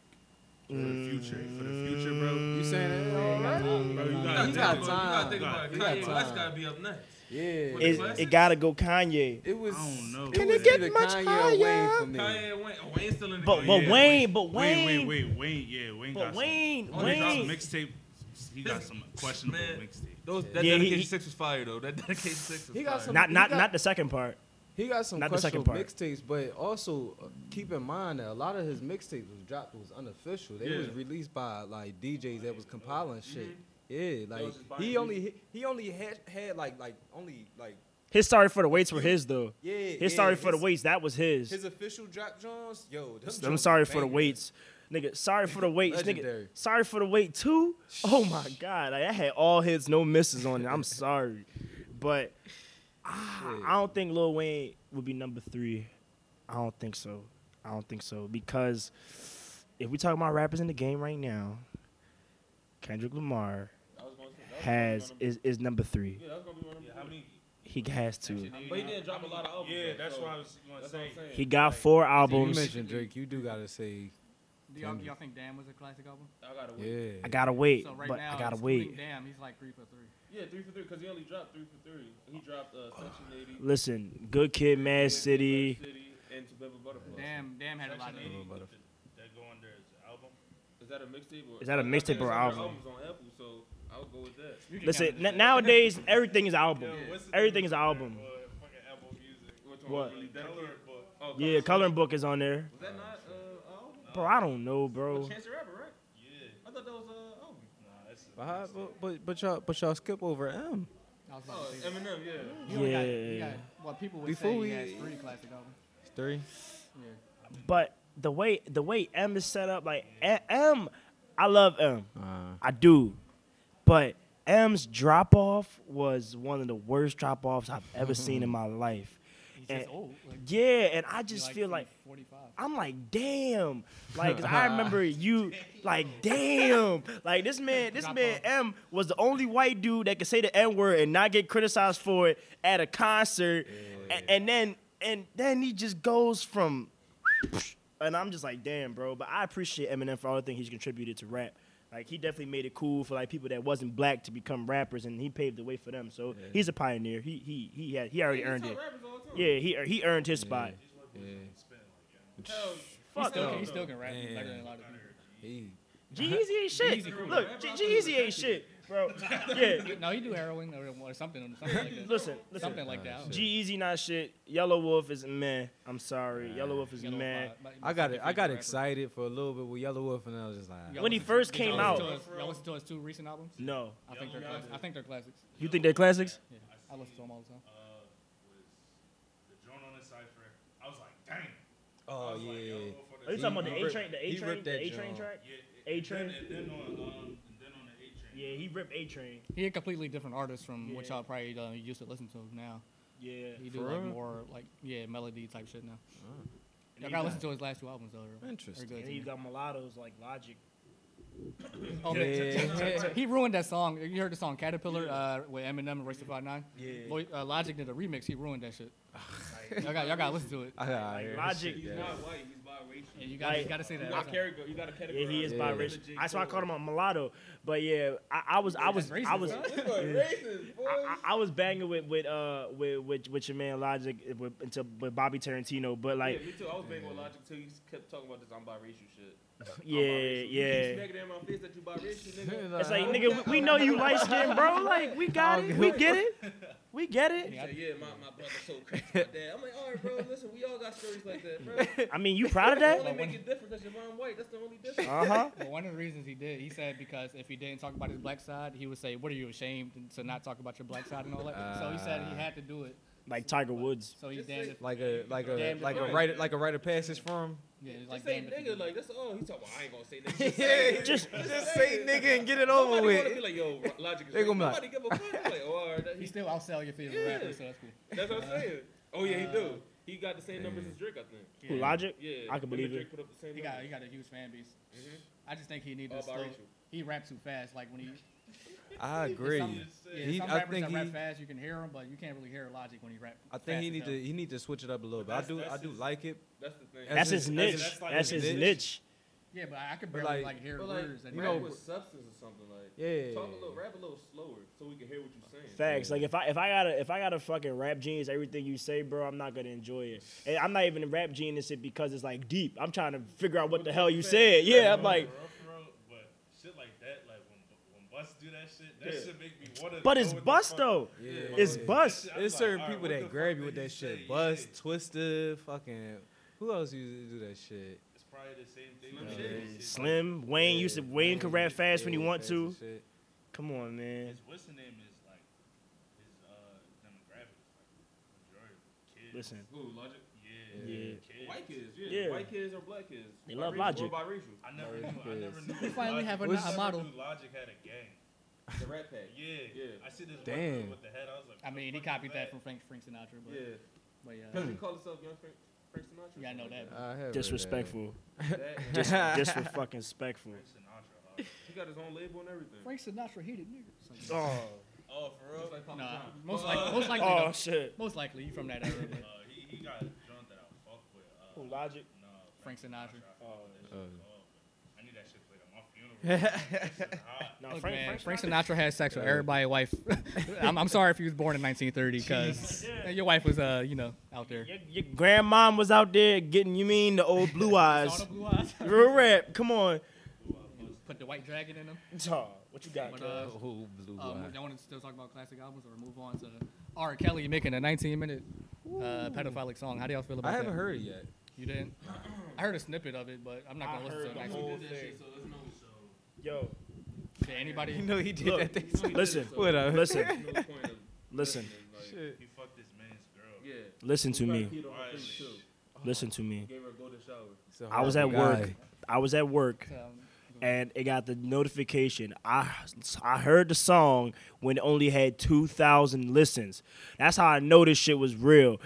Speaker 5: For the future. For the future, bro.
Speaker 7: You saying that already?
Speaker 5: Bro, you
Speaker 1: You gotta
Speaker 5: gotta
Speaker 1: think about- you
Speaker 5: think about it.
Speaker 1: gotta think about
Speaker 5: You
Speaker 1: it.
Speaker 5: got
Speaker 1: Kanye
Speaker 7: time.
Speaker 1: West gotta be up next.
Speaker 7: Yeah.
Speaker 1: With
Speaker 6: it,
Speaker 1: the
Speaker 6: it
Speaker 1: classics?
Speaker 6: gotta go Kanye.
Speaker 7: It was.
Speaker 5: I don't know.
Speaker 7: It
Speaker 5: Can
Speaker 7: was
Speaker 6: it get
Speaker 7: either
Speaker 6: much
Speaker 7: Kanye
Speaker 6: higher?
Speaker 7: or Wayne for me.
Speaker 1: Kanye and Wayne, oh, Wayne's still in the
Speaker 6: But
Speaker 1: game.
Speaker 6: but
Speaker 5: yeah,
Speaker 6: Wayne, but Wayne,
Speaker 5: Wayne, Wayne, Wayne, Wayne, yeah, Wayne
Speaker 6: but
Speaker 5: got
Speaker 6: Wayne,
Speaker 5: some. Wayne got some
Speaker 6: Wayne.
Speaker 5: mixtape. He got
Speaker 1: This-
Speaker 5: some questionable
Speaker 1: man.
Speaker 5: mixtape.
Speaker 1: Those, that
Speaker 6: Yeah, he-
Speaker 1: dedication
Speaker 6: he-
Speaker 1: six was fire though. That dedication six was
Speaker 7: He
Speaker 1: fire.
Speaker 7: got some-
Speaker 4: Not
Speaker 7: He
Speaker 4: not
Speaker 7: got-
Speaker 4: not the second part.
Speaker 7: He got some
Speaker 4: Not the second
Speaker 7: questionable
Speaker 4: part.
Speaker 7: mixtapes, but also uh, keep in mind that a lot of his mixtapes was dropped was unofficial. They was
Speaker 1: Yeah. Mm-hmm.
Speaker 7: released by like DJs that was compiling shit. Yeah, like
Speaker 1: was just buying
Speaker 7: he only he only had, had like like only like
Speaker 4: His sorry for the waits were his though.
Speaker 7: yeah.
Speaker 4: His
Speaker 7: yeah,
Speaker 4: sorry for the
Speaker 7: his-
Speaker 4: waits that was his.
Speaker 7: His official drop Johns, yo. them
Speaker 4: I'm
Speaker 7: joints
Speaker 4: sorry for the
Speaker 7: bangers.
Speaker 4: waits. Nigga, sorry for the waits. Nigga,
Speaker 7: Legendary.
Speaker 4: sorry for the wait too. Oh my god, like, I had all hits, no misses on it. I'm sorry, but I, I don't think Lil Wayne would be number three. I don't think so. I don't think so because if we talk about rappers in the game right now, Kendrick Lamar has is is number three.
Speaker 5: I mean,
Speaker 4: He has to.
Speaker 1: But he didn't drop a lot of albums.
Speaker 5: yeah,
Speaker 1: though,
Speaker 5: that's
Speaker 1: so
Speaker 5: what I was gonna say.
Speaker 4: He got four
Speaker 7: You
Speaker 4: albums.
Speaker 7: mentioned Drake. You do gotta say
Speaker 2: Do y'all, y'all think Damn was a classic album?
Speaker 1: I gotta wait.
Speaker 7: yeah.
Speaker 4: I gotta wait,
Speaker 2: so right
Speaker 4: but
Speaker 2: now,
Speaker 4: I gotta
Speaker 2: excluding
Speaker 4: wait.
Speaker 2: Damn, he's like three for three.
Speaker 1: Yeah, three for three, because he only dropped three for three. He dropped uh, Section 80,
Speaker 4: Listen, Good Kid, Mad City.
Speaker 1: and To Bebba Butterfly.
Speaker 2: Damn, Damn had a lot of.
Speaker 5: Section 80,
Speaker 7: Butterfly.
Speaker 5: that go under his album.
Speaker 1: Is that a mixtape? or-
Speaker 4: Is that a
Speaker 1: I- I
Speaker 4: mixtape
Speaker 1: think
Speaker 4: or
Speaker 1: it's
Speaker 4: album?
Speaker 1: on their albums on Apple, so I'll go with that.
Speaker 2: You can count
Speaker 4: Listen,
Speaker 2: it.
Speaker 4: n- nowadays everything is album.
Speaker 5: Yo, what's the
Speaker 4: Everything
Speaker 5: name
Speaker 4: is
Speaker 5: of
Speaker 4: album.
Speaker 5: that, uh, fucking Apple Music?
Speaker 1: Which one
Speaker 4: What?
Speaker 1: really dedicated?
Speaker 5: Colored Book.
Speaker 1: Oh, Colour
Speaker 4: Yeah,
Speaker 1: Book.
Speaker 4: coloring book is on there.
Speaker 1: Was that not uh, album?
Speaker 4: Bro, I don't know,
Speaker 1: Well,
Speaker 4: bro.
Speaker 1: Chance the Rapper, right?
Speaker 5: Yeah.
Speaker 1: I thought that was uh, album.
Speaker 5: Nah, that's
Speaker 7: But, how- but- but but y'all but y'all skip over M.
Speaker 2: I was about
Speaker 1: Oh,
Speaker 2: to say that.
Speaker 1: Eminem, yeah.
Speaker 2: He only got-
Speaker 4: Yeah.
Speaker 2: he got, well, people would
Speaker 7: Before
Speaker 2: say
Speaker 7: we-
Speaker 2: he has three classic albums.
Speaker 7: Three.
Speaker 4: But the way the way M is set up, like E- M, I love M,
Speaker 7: Uh,
Speaker 4: I do. But M's drop off was one of the worst drop offs I've ever seen in my life.
Speaker 2: He's
Speaker 4: And-
Speaker 2: just old. Like,
Speaker 4: Yeah, and I
Speaker 2: he
Speaker 4: just feel like
Speaker 2: 45.
Speaker 4: I'm like, damn. Like, 'cause I remember you, like, damn. Like, this man, this
Speaker 2: Drop
Speaker 4: man
Speaker 2: off.
Speaker 4: M was the only white dude that could say the N word and not get criticized for it at a concert. A- And, then, and then he just goes from, and I'm just like, damn, bro. But I appreciate Eminem for all the things he's contributed to rap. Like, he definitely made it cool for like people that wasn't black to become rappers, and he paved the way for them. So he's a pioneer. He he he had, he already earned it. Yeah, he he earned his spot.
Speaker 2: He
Speaker 4: Fuck
Speaker 2: still,
Speaker 4: no.
Speaker 2: can, he still can rap
Speaker 7: Man.
Speaker 2: better than a lot of people.
Speaker 7: he
Speaker 4: Jeezy ain't shit.
Speaker 2: Jeezy cool.
Speaker 4: Look, J- Jeezy ain't shit, bro. Yeah,
Speaker 2: No, he do heroin or, or something, something like that.
Speaker 4: listen, listen.
Speaker 2: something like that.
Speaker 4: Jeezy not shit. Yellow Wolf is meh. I'm sorry. Yellow Wolf is
Speaker 2: Yellow
Speaker 4: meh.
Speaker 2: Wolf, my- my-
Speaker 7: I got
Speaker 2: my
Speaker 7: it. I got
Speaker 2: favorite rapper.
Speaker 7: excited for a little bit with Yellow Wolf, and I was just like,
Speaker 2: Y'all
Speaker 4: When he
Speaker 2: listen-
Speaker 4: first
Speaker 2: did y'all
Speaker 4: came
Speaker 2: listen
Speaker 4: out-
Speaker 2: to his- Y'all listen to his two recent albums?
Speaker 4: No.
Speaker 2: I think they're
Speaker 5: Yellow
Speaker 2: classics.
Speaker 5: Wolf.
Speaker 2: I think they're classics.
Speaker 4: You think they're classics?
Speaker 2: Yeah, I listen to them all the time.
Speaker 5: Uh, was the drone on the cipher. I was like, dang. I
Speaker 7: oh
Speaker 5: was like,
Speaker 7: yeah.
Speaker 5: yo, for the-
Speaker 4: Are you talking about the
Speaker 7: he
Speaker 4: A
Speaker 7: ripped-
Speaker 4: train? The A
Speaker 7: he
Speaker 4: train?
Speaker 7: ripped that
Speaker 4: The A train
Speaker 7: joint.
Speaker 4: track?
Speaker 5: Yeah, it-
Speaker 4: A
Speaker 5: and
Speaker 4: train?
Speaker 5: then- And then on, um, and then on the A train.
Speaker 4: Yeah, he ripped A train.
Speaker 2: He a completely different artist from what
Speaker 4: Yeah.
Speaker 2: y'all probably uh, used to listen to now.
Speaker 4: Yeah.
Speaker 2: He do
Speaker 7: For
Speaker 2: like
Speaker 7: real?
Speaker 2: more like yeah melody type shit now.
Speaker 4: he
Speaker 2: Y'all gotta
Speaker 4: got-
Speaker 2: listen to his last two albums though. they're- they're
Speaker 7: Interesting.
Speaker 2: good
Speaker 4: And
Speaker 2: to
Speaker 4: he
Speaker 2: me.
Speaker 4: got mulattoes like Logic.
Speaker 2: Oh,
Speaker 7: Yeah.
Speaker 2: He ruined that song. You heard the song Caterpillar uh, with Eminem and Royce the Five Nine.
Speaker 4: Yeah.
Speaker 2: Lo- uh, Logic did a remix. He ruined that shit. y'all got y'all got to listen to it.
Speaker 7: I gotta
Speaker 4: Like,
Speaker 7: hear this
Speaker 4: Logic.
Speaker 7: shit,
Speaker 4: He's
Speaker 7: yeah.
Speaker 1: Not white, he's biracial.
Speaker 2: Yeah, you got
Speaker 4: Like-
Speaker 2: you got to say that.
Speaker 1: You gotta carry, you gotta categorize.
Speaker 4: Yeah, he is
Speaker 7: Yeah.
Speaker 4: biracial. That's why I called him a mulatto. But yeah, I, I was, I was,
Speaker 2: That's
Speaker 4: I was,
Speaker 2: racist,
Speaker 1: racist, boy.
Speaker 4: I, I I was banging with with uh with with, with your man Logic with, until with Bobby Tarantino, but like
Speaker 1: yeah, me too. I was banging with Logic too. He kept talking about this I'm biracial shit. I'm
Speaker 4: yeah
Speaker 1: biracial.
Speaker 4: yeah.
Speaker 1: You keep smacking it in my face that you biracial, nigga.
Speaker 4: It's like nigga, we, we know you light skinned bro. Like we got it, we get it, we get
Speaker 1: He
Speaker 4: it.
Speaker 1: said, yeah, my, my brother's so crazy. My dad. I'm like, all right, bro. Listen, we all got stories like that, bro. It
Speaker 4: I mean, you proud of
Speaker 1: only
Speaker 4: that?
Speaker 1: make it different because your mom white. That's the only difference.
Speaker 4: Uh
Speaker 7: Uh-huh.
Speaker 4: huh.
Speaker 2: But one of the reasons he did, he said because if he didn't talk about his black side, he would say, "What are you ashamed to not talk about your black side and all that?" so he said he had to do it.
Speaker 4: Like Tiger Woods.
Speaker 2: So he
Speaker 1: Just
Speaker 2: damned
Speaker 1: say-
Speaker 2: if,
Speaker 7: Like a like a
Speaker 2: Damn,
Speaker 7: like a
Speaker 1: right.
Speaker 7: writer like a writer passage for him.
Speaker 2: yeah, like
Speaker 1: Like, say
Speaker 2: damned if he
Speaker 1: nigga,
Speaker 2: did.
Speaker 1: like that's all. He talking. Well, I ain't gonna say nigga.
Speaker 4: Just
Speaker 7: Just say nigga and get it over
Speaker 1: Nobody wanna be
Speaker 7: with.
Speaker 1: like, yo, Logic is
Speaker 7: They
Speaker 1: right.
Speaker 7: gonna be
Speaker 1: Nobody give a fuck. Like, oh, all right, that-
Speaker 2: he
Speaker 1: he's-
Speaker 2: still outsell your favorite
Speaker 1: Yeah.
Speaker 2: rapper, so that's cool.
Speaker 1: that's what I'm saying. Oh yeah, he do. He got the same numbers as Drake, I think.
Speaker 4: Who,
Speaker 2: Yeah.
Speaker 4: Logic?
Speaker 1: Yeah,
Speaker 4: I can
Speaker 1: him
Speaker 4: believe
Speaker 1: and Drake
Speaker 4: it.
Speaker 1: Put up the same
Speaker 2: He got
Speaker 1: numbers.
Speaker 2: he got a huge fan base.
Speaker 1: Mhm.
Speaker 2: I just think he needs
Speaker 1: All
Speaker 2: to slow.
Speaker 1: biracial.
Speaker 2: He raps too fast. Like when he,
Speaker 3: I agree.
Speaker 2: some, yeah,
Speaker 3: He-
Speaker 2: some
Speaker 3: I
Speaker 2: rappers
Speaker 3: think
Speaker 2: that rap
Speaker 3: he-
Speaker 2: fast, you can hear him, but you can't really hear Logic when he rap.
Speaker 3: I think he
Speaker 2: fast
Speaker 3: need
Speaker 2: as
Speaker 3: to
Speaker 2: hell.
Speaker 3: he need to switch it up a little bit. I
Speaker 5: That's-
Speaker 3: do I
Speaker 5: that's
Speaker 3: do
Speaker 5: his-
Speaker 3: like it.
Speaker 1: That's the thing.
Speaker 3: That's
Speaker 4: That's
Speaker 3: his-
Speaker 4: his
Speaker 5: that's-
Speaker 4: niche.
Speaker 5: that's like
Speaker 4: That's
Speaker 3: his
Speaker 4: his
Speaker 3: niche.
Speaker 4: niche.
Speaker 2: Yeah, but I, I can barely
Speaker 3: like-
Speaker 2: like, hear
Speaker 1: But like,
Speaker 2: words. that
Speaker 1: you
Speaker 2: rap
Speaker 1: know,
Speaker 2: with-
Speaker 1: with substance or something like.
Speaker 7: Yeah.
Speaker 1: Talk a little, rap a little slower so we can hear what you're saying.
Speaker 4: Facts. Like if I if I gotta if I gotta fucking rap genius everything you say, bro, I'm not gonna enjoy it. And I'm not even a rap genius it because it's like deep. I'm trying to figure out what the hell you said. Yeah, I'm like,
Speaker 5: but shit like that, like when when Bus do that shit, that
Speaker 1: Yeah.
Speaker 5: shit make me want to.
Speaker 4: but it's bust though.
Speaker 3: Yeah.
Speaker 4: It's bust.
Speaker 5: That shit, I'm
Speaker 3: It's
Speaker 5: like,
Speaker 3: certain
Speaker 5: all right,
Speaker 3: people
Speaker 5: what the
Speaker 3: that
Speaker 5: fuck
Speaker 3: grab
Speaker 5: did
Speaker 3: you with
Speaker 5: he
Speaker 3: that
Speaker 5: say?
Speaker 3: shit. Buzz,
Speaker 5: Yeah.
Speaker 3: Twister, fucking. Who else used to do that shit?
Speaker 5: It's probably the same thing.
Speaker 1: Slim
Speaker 5: with
Speaker 1: Shady.
Speaker 5: that shit.
Speaker 4: Slim Wayne used to Wayne can rap fast when he
Speaker 3: Yeah,
Speaker 4: want
Speaker 3: fast
Speaker 4: to.
Speaker 3: and shit.
Speaker 4: Come on, man.
Speaker 5: His what's the name is like his uh demographic is like majority of kids.
Speaker 4: Listen,
Speaker 1: Ooh, Logic.
Speaker 5: Yeah.
Speaker 4: Yeah.
Speaker 5: Kids.
Speaker 1: White kids, yeah.
Speaker 4: Yeah.
Speaker 1: White kids or black kids.
Speaker 4: They love
Speaker 1: Biracial
Speaker 4: Logic.
Speaker 1: Or biracial.
Speaker 5: I never
Speaker 3: Majority
Speaker 5: knew. I never
Speaker 3: kids.
Speaker 5: knew.
Speaker 2: We finally
Speaker 5: Logic-
Speaker 2: have a,
Speaker 3: What's-
Speaker 2: a model.
Speaker 5: Knew Logic had a gang.
Speaker 1: The Rat Pack.
Speaker 5: Yeah.
Speaker 1: Yeah.
Speaker 5: I see this white
Speaker 3: Damn.
Speaker 5: girl with the head. I was like,
Speaker 2: I mean, he
Speaker 5: what the fuck
Speaker 2: copied
Speaker 5: is
Speaker 2: that from Frank, Frank Sinatra, but
Speaker 1: Yeah.
Speaker 2: but yeah,
Speaker 1: Does he call himself Young Frank, Frank Sinatra?
Speaker 2: yeah, I know that.
Speaker 7: I have heard that.
Speaker 4: disrespectful.
Speaker 1: That and
Speaker 4: Dis- disrespectful.
Speaker 5: Frank Sinatra. huh?
Speaker 1: he got his own label and everything.
Speaker 2: Frank Sinatra hated niggas.
Speaker 4: Oh,
Speaker 5: Oh, for real?
Speaker 1: Just like Papa
Speaker 2: Nah,
Speaker 1: John.
Speaker 2: most likely, most likely,
Speaker 4: oh
Speaker 2: no.
Speaker 4: shit.
Speaker 2: most likely, you from that era.
Speaker 5: Uh,
Speaker 2: but
Speaker 5: he, he got a joint that I fuck with. Uh,
Speaker 4: Who, Logic?
Speaker 5: No,
Speaker 2: Frank Sinatra.
Speaker 5: I fuck with that shit.
Speaker 3: Oh.
Speaker 5: Oh, I need that shit played at my funeral. That shit's hot.
Speaker 4: No,
Speaker 2: Look,
Speaker 4: Frank,
Speaker 2: man,
Speaker 4: Frank,
Speaker 2: Frank Sinatra had sex with everybody's wife. I'm, I'm sorry if you was born in 1930 because your wife was, uh, you know, out there.
Speaker 4: your, your grandmom was out there getting you mean the old blue
Speaker 2: All
Speaker 4: eyes.
Speaker 2: the blue eyes.
Speaker 4: Real rap. Come on.
Speaker 2: Put the white dragon in them.
Speaker 4: Oh, what you got?
Speaker 2: But,
Speaker 4: Kev?
Speaker 2: uh,
Speaker 7: Oh,
Speaker 3: Who blew
Speaker 2: um, y'all want to still talk about classic albums or move on to R. Kelly making a 19-minute uh, pedophilic song? How do y'all feel about
Speaker 3: I
Speaker 2: that?
Speaker 3: haven't heard it yet.
Speaker 2: You didn't? I heard a snippet of it, but I'm not
Speaker 4: I
Speaker 2: gonna listen
Speaker 4: heard
Speaker 2: to
Speaker 4: the
Speaker 2: it.
Speaker 4: whole
Speaker 2: Whole,
Speaker 4: thing.
Speaker 1: So let's know.
Speaker 4: Yo,
Speaker 2: Did anybody?
Speaker 3: know he did
Speaker 4: Look.
Speaker 3: thing.
Speaker 4: Listen.
Speaker 3: What up?
Speaker 4: listen,
Speaker 1: No point of
Speaker 4: listen,
Speaker 1: listening, like,
Speaker 3: Shit.
Speaker 5: He fucked this man's girl.
Speaker 1: Yeah.
Speaker 4: listen to
Speaker 1: He got
Speaker 4: me.
Speaker 1: peed on her
Speaker 5: Right.
Speaker 1: face, too.
Speaker 4: Listen to me.
Speaker 1: Gave her a golden shower.
Speaker 3: He's a
Speaker 4: I was at work.
Speaker 3: horrible guy.
Speaker 4: I was at work,
Speaker 2: Um,
Speaker 4: and it got the notification. I I heard the song when it only had two thousand listens. That's how I know this shit was real.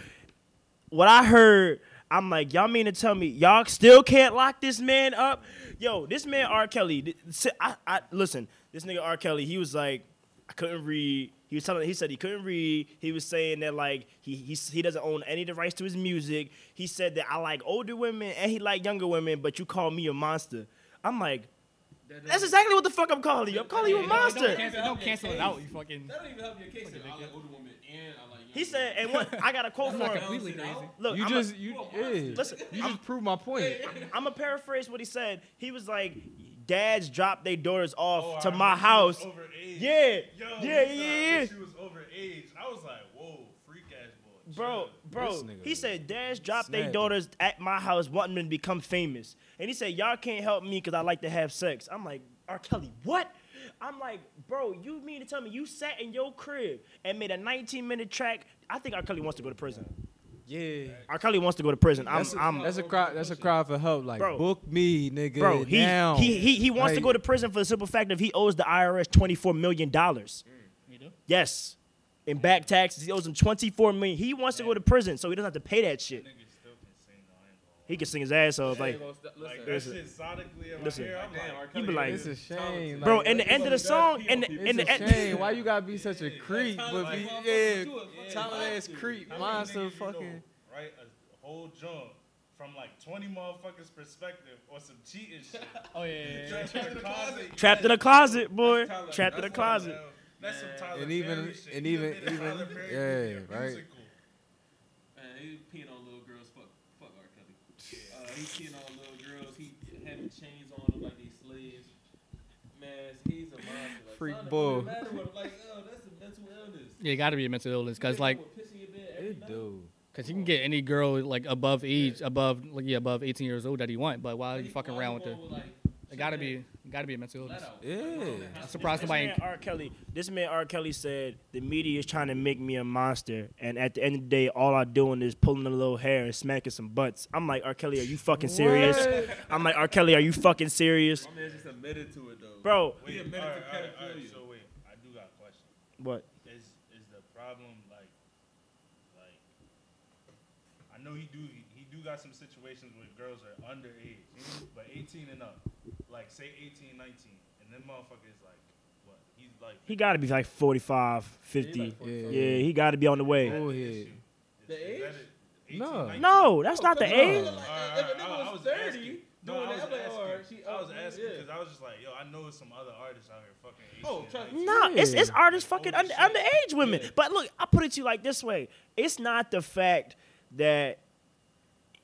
Speaker 4: What I heard. I'm like, y'all mean to tell me y'all still can't lock this man up? Yo, this man R. Kelly. th- si- I, I listen. This nigga R. Kelly. He was like, I couldn't read. He was telling. He said he couldn't read. He was saying that like he he s- he doesn't own any of the rights to his music. He said that I like older women and he like younger women, but you call me a monster. I'm like, that's exactly what the fuck I'm calling you. I'm calling you a
Speaker 2: don't- don't
Speaker 4: monster.
Speaker 2: cancel- Don't cancel it out. You fucking.
Speaker 1: That don't even help your case.
Speaker 2: Fucking
Speaker 1: I like
Speaker 2: dickhead.
Speaker 1: older women and I like young
Speaker 4: He said, and what? I got a quote
Speaker 2: I'm
Speaker 4: for
Speaker 2: not
Speaker 4: him.
Speaker 2: completely
Speaker 1: Don't sit
Speaker 2: crazy.
Speaker 1: out.
Speaker 4: Look,
Speaker 7: You
Speaker 4: I'm
Speaker 7: just you yeah.
Speaker 4: listen.
Speaker 7: You just proved my point.
Speaker 4: I'm gonna paraphrase what he said. He was like, "Dads drop their daughters off
Speaker 5: Oh, I
Speaker 4: to
Speaker 5: heard
Speaker 4: my
Speaker 5: she was
Speaker 4: house."
Speaker 5: Overage.
Speaker 4: Yeah,
Speaker 5: Yo,
Speaker 4: yeah,
Speaker 5: when
Speaker 4: yeah,
Speaker 5: I
Speaker 4: yeah,
Speaker 5: heard
Speaker 4: yeah.
Speaker 5: She was overage. I was like, whoa, freak ass boy.
Speaker 4: Bro,
Speaker 3: This
Speaker 4: bro,
Speaker 3: nigga
Speaker 4: he said dads drop their
Speaker 3: snapping.
Speaker 4: daughters at my house wanting them to become famous. And he said, Y'all can't help me because I like to have sex. I'm like, R. Kelly, what? I'm like, bro, you mean to tell me you sat in your crib and made a 19 minute track? I think R. Kelly wants to go to prison.
Speaker 3: Yeah.
Speaker 4: R. Kelly wants to go to prison. I'm,
Speaker 3: That's a,
Speaker 4: I'm
Speaker 3: that's a cry. That's a cry for help. Like
Speaker 4: Bro.
Speaker 3: book me, nigga.
Speaker 4: bro, he,
Speaker 3: now.
Speaker 4: he, he, he wants to
Speaker 3: Like-
Speaker 4: go to prison for the simple fact of he owes the IRS $24 million.
Speaker 5: Mm,
Speaker 2: You do?
Speaker 4: Yes. In back taxes, he owes them 24 million. He wants to go to prison, so he doesn't have to pay that shit.
Speaker 5: Nigga still can sing though. I ain't gonna
Speaker 4: He can sing his ass off. Like,
Speaker 1: Listen,
Speaker 5: lie. Like, that
Speaker 4: Listen.
Speaker 5: shit sonically in my
Speaker 4: Listen.
Speaker 5: ear. I'm
Speaker 1: damn,
Speaker 5: like,
Speaker 1: R.
Speaker 4: he
Speaker 1: Kelly
Speaker 4: be like,
Speaker 1: is
Speaker 3: It's a shame,
Speaker 1: talented.
Speaker 4: Bro,
Speaker 3: Like,
Speaker 4: and the end of the song, and the,
Speaker 3: It's
Speaker 4: and the
Speaker 3: a shame.
Speaker 4: end,
Speaker 3: Why you gotta be such a creep?
Speaker 1: Tyler,
Speaker 3: But
Speaker 1: like,
Speaker 3: be,
Speaker 1: motherfucker,
Speaker 3: yeah,
Speaker 1: you a fucking
Speaker 3: Tyler ass
Speaker 1: monster.
Speaker 3: creep,
Speaker 5: How many niggas
Speaker 3: monster
Speaker 5: you
Speaker 3: fucking.
Speaker 5: know write a whole jump from like 20 motherfuckers' perspective or some cheating shit.
Speaker 2: Oh yeah, yeah, yeah.
Speaker 5: Trapped in the closet.
Speaker 4: trapped in a closet, boy,
Speaker 5: That's Tyler-
Speaker 4: trapped in a
Speaker 5: that's
Speaker 4: closet.
Speaker 5: Tyler- That's some Tyler
Speaker 3: And even-
Speaker 5: Perry shit.
Speaker 3: and
Speaker 5: He
Speaker 3: even-
Speaker 5: done made a Tyler
Speaker 3: even-
Speaker 5: Perry
Speaker 3: yeah,
Speaker 5: video
Speaker 3: right.
Speaker 5: musical.
Speaker 1: Man, he peeing on little girls. Fuck, fuck R. Kelly. Uh, he peeing on little girls. He having chains on them like they slaves. Man, he's a monster. Like,
Speaker 3: Freak
Speaker 1: son, it
Speaker 3: bull.
Speaker 1: don't matter what- Like, oh, that's a mental illness.
Speaker 2: Yeah, it got to be a mental illness because
Speaker 1: Nigga
Speaker 2: like,
Speaker 1: would piss in your bed every
Speaker 3: It
Speaker 1: night.
Speaker 3: do.
Speaker 2: because you can get any girl like above age, above like yeah, above 18 years old that you want. But why are you
Speaker 1: Like,
Speaker 2: fucking
Speaker 1: why
Speaker 2: around with
Speaker 1: going
Speaker 2: her? It
Speaker 1: shit
Speaker 2: got to
Speaker 1: that
Speaker 2: be, it got to be a mental
Speaker 1: let
Speaker 2: illness.
Speaker 1: out?
Speaker 3: Yeah.
Speaker 2: I'm surprised
Speaker 4: This
Speaker 2: somebody.
Speaker 4: man R. Kelly, this man R. Kelly said the media is trying to make me a monster, and at the end of the day, all I'm doing is pulling a little hair and smacking some butts. I'm like, R. Kelly, are you fucking serious?
Speaker 3: What?
Speaker 4: I'm like, R. Kelly, are you fucking serious,
Speaker 1: My man just admitted to it though.
Speaker 4: bro?
Speaker 5: Wait,
Speaker 1: He
Speaker 5: all
Speaker 1: admitted to
Speaker 5: right, all right, all right,
Speaker 1: pedophilia.
Speaker 5: so wait, I do got a question.
Speaker 4: What?
Speaker 5: Is is the problem like like I know he do he, he do got some situations where girls are underage, but 18 and up, like say 18, 19, and then motherfucker is like, what? He's like,
Speaker 4: He got to be like 45, 50. yeah, he got to be on the
Speaker 5: is that
Speaker 4: way.
Speaker 7: Oh,
Speaker 5: the
Speaker 7: yeah.
Speaker 5: issue? Is-
Speaker 7: The
Speaker 5: is that
Speaker 7: age?
Speaker 5: it? 18,
Speaker 7: No.
Speaker 5: 19?
Speaker 4: No, that's not the
Speaker 7: No.
Speaker 4: age.
Speaker 5: All
Speaker 7: If a
Speaker 5: right, all
Speaker 7: nigga
Speaker 5: right, Uh, I
Speaker 7: was
Speaker 5: asking.
Speaker 7: 30,
Speaker 5: no,
Speaker 7: doing
Speaker 5: I was
Speaker 7: that,
Speaker 5: asking.
Speaker 7: like, or she
Speaker 5: I was
Speaker 7: up,
Speaker 5: asking
Speaker 7: yeah.
Speaker 5: because I was just like, yo, I know some other artists out here fucking. 18
Speaker 7: Oh,
Speaker 5: and
Speaker 7: trust-
Speaker 5: 19.
Speaker 4: No, it's it's
Speaker 7: Yeah.
Speaker 4: artists fucking under,
Speaker 5: Holy shit.
Speaker 4: underage women.
Speaker 7: Yeah.
Speaker 4: But look, I put it to you like this way: it's not the fact that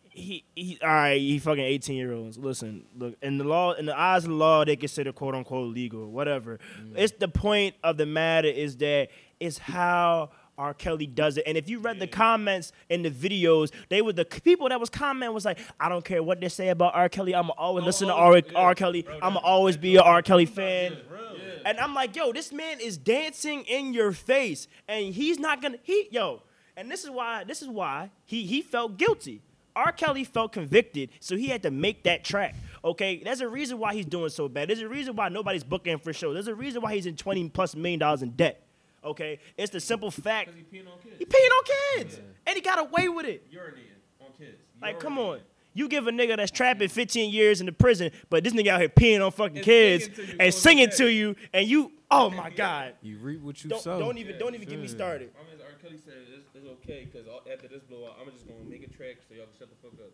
Speaker 4: he, he all right, he fucking eighteen year olds. Listen, look in the law, in the eyes of the law, they consider quote unquote legal, whatever.
Speaker 5: Mm.
Speaker 4: It's the point of the matter is that it's how. R. Kelly does it, and if you read the comments in the videos, they were the c- people that was commenting was like, "I don't care what they say about R. Kelly, I'ma always
Speaker 5: Oh,
Speaker 4: listen to
Speaker 5: oh,
Speaker 4: R.
Speaker 5: yeah.
Speaker 4: R. Kelly,
Speaker 5: Bro,
Speaker 4: I'ma
Speaker 5: that-
Speaker 4: always be a R. Kelly fan."
Speaker 5: It's real.
Speaker 4: And I'm like, yo, this man is dancing in your face, and he's not gonna he yo. And this is why this is why he he felt guilty. R. Kelly felt convicted, so he had to make that track. Okay, there's a reason why he's doing so bad. There's a reason why nobody's booking him for show. There's a reason why he's in twenty plus million dollars in debt. Okay, it's the simple fact
Speaker 1: Because he peeing on kids.
Speaker 4: he peeing on kids, and he got away with it.
Speaker 1: urinating on kids.
Speaker 4: Like,
Speaker 1: Urinating.
Speaker 4: come on. You give a nigga that's trapping 15 years in the prison, but this nigga out here peeing on fucking kids
Speaker 1: singing to you, going
Speaker 4: and singing
Speaker 1: back.
Speaker 4: to you, and you, oh my god,
Speaker 7: You reap what you
Speaker 4: don't,
Speaker 7: sow.
Speaker 4: don't even don't even get me started.
Speaker 1: I mean, R. Kelly said it's, it's okay because after this blowout, I'm just gonna make a track so y'all can shut the fuck up.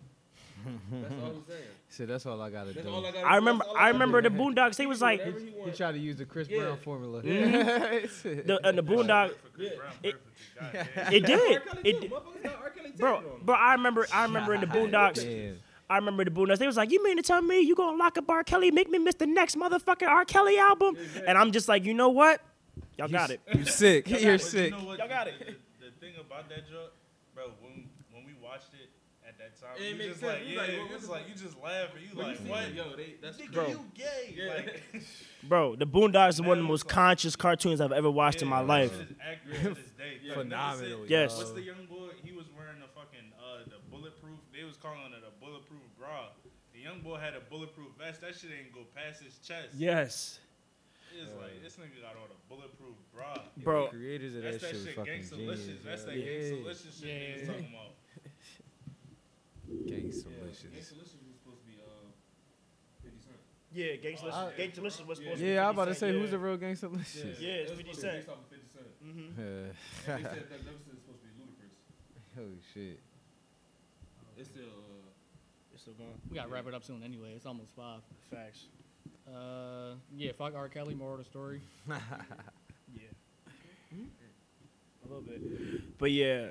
Speaker 1: That's all I'm saying.
Speaker 7: So that's all I gotta
Speaker 1: That's
Speaker 7: do.
Speaker 1: all I got.
Speaker 4: I remember I remember the Boondocks. They was like
Speaker 1: whatever he
Speaker 7: he
Speaker 1: wants.
Speaker 7: tried to use the Chris
Speaker 1: Yeah.
Speaker 7: Brown formula.
Speaker 4: the and the Boondock.
Speaker 5: For Chris Brown,
Speaker 4: It-
Speaker 5: perfectly.
Speaker 4: It
Speaker 5: Goddamn.
Speaker 4: did.
Speaker 1: R. Kelly
Speaker 4: It
Speaker 1: too.
Speaker 4: did.
Speaker 1: Motherfuckers got R. Kelly
Speaker 4: Bro,
Speaker 1: tattooed on him.
Speaker 4: bro, I remember I remember in the Boondocks.
Speaker 7: Damn.
Speaker 4: I remember the Boondocks. They was like, you mean to tell me you gonna lock up R. Kelly, make me miss the next motherfucking R. Kelly album? And I'm just like, you know what? Y'all got it.
Speaker 7: You sick. You're
Speaker 5: But
Speaker 7: sick.
Speaker 5: You know what?
Speaker 4: Y'all got it.
Speaker 5: The, the, the thing about that joke, bro, when when we watched it at that time,
Speaker 1: It
Speaker 5: you
Speaker 1: makes
Speaker 5: just
Speaker 1: sense.
Speaker 5: like,
Speaker 1: You
Speaker 5: yeah,
Speaker 1: like, what
Speaker 5: it's
Speaker 1: was
Speaker 5: like you just laughing. You like,
Speaker 1: Like,
Speaker 5: what?
Speaker 1: what? Yo, they, that's
Speaker 5: Nigga,
Speaker 1: crazy.
Speaker 5: you gay?
Speaker 1: Yeah.
Speaker 5: Like,
Speaker 4: Bro, the Boondocks is one of the
Speaker 5: That
Speaker 4: most
Speaker 5: was-
Speaker 4: conscious cartoons I've ever watched in
Speaker 5: yeah,
Speaker 4: my
Speaker 5: that
Speaker 4: life.
Speaker 5: shit is accurate to this day. Like,
Speaker 7: Phenomenal,
Speaker 5: nigga said-
Speaker 4: Yes.
Speaker 5: What's the young boy? He was wearing a fucking uh, the bulletproof. They was calling it a bulletproof bra. The young boy had a bulletproof vest. That shit ain't go past his chest.
Speaker 4: Yes.
Speaker 5: It's like this nigga got on a bulletproof bra.
Speaker 4: Bro.
Speaker 7: The creators of that,
Speaker 5: That's that
Speaker 7: shit was
Speaker 5: shit
Speaker 7: fucking genius.
Speaker 5: gangstalicious. That's that
Speaker 7: yeah.
Speaker 5: gangstalicious
Speaker 2: Yeah,
Speaker 5: shit
Speaker 2: yeah,
Speaker 5: niggas
Speaker 2: yeah.
Speaker 5: talking about.
Speaker 7: Gangstalicious.
Speaker 1: uh,
Speaker 4: Yeah, Gangsta
Speaker 7: I-
Speaker 4: Gangsta was supposed to be.
Speaker 7: Yeah, I was about to
Speaker 4: 50
Speaker 7: say,
Speaker 4: Cent,
Speaker 7: who's
Speaker 4: yeah.
Speaker 7: the real gangstalicious?
Speaker 4: Yeah, it's 50 Cent.
Speaker 7: Yeah.
Speaker 4: Mhm.
Speaker 1: They said that Levinson is supposed to be ludicrous.
Speaker 7: Holy shit.
Speaker 1: It's still. Uh,
Speaker 4: It's still going.
Speaker 2: We gotta wrap it up soon anyway. It's almost five.
Speaker 4: Facts.
Speaker 2: Uh, yeah, fuck R. Kelly. Moral of the story.
Speaker 4: Yeah. A little bit. But yeah,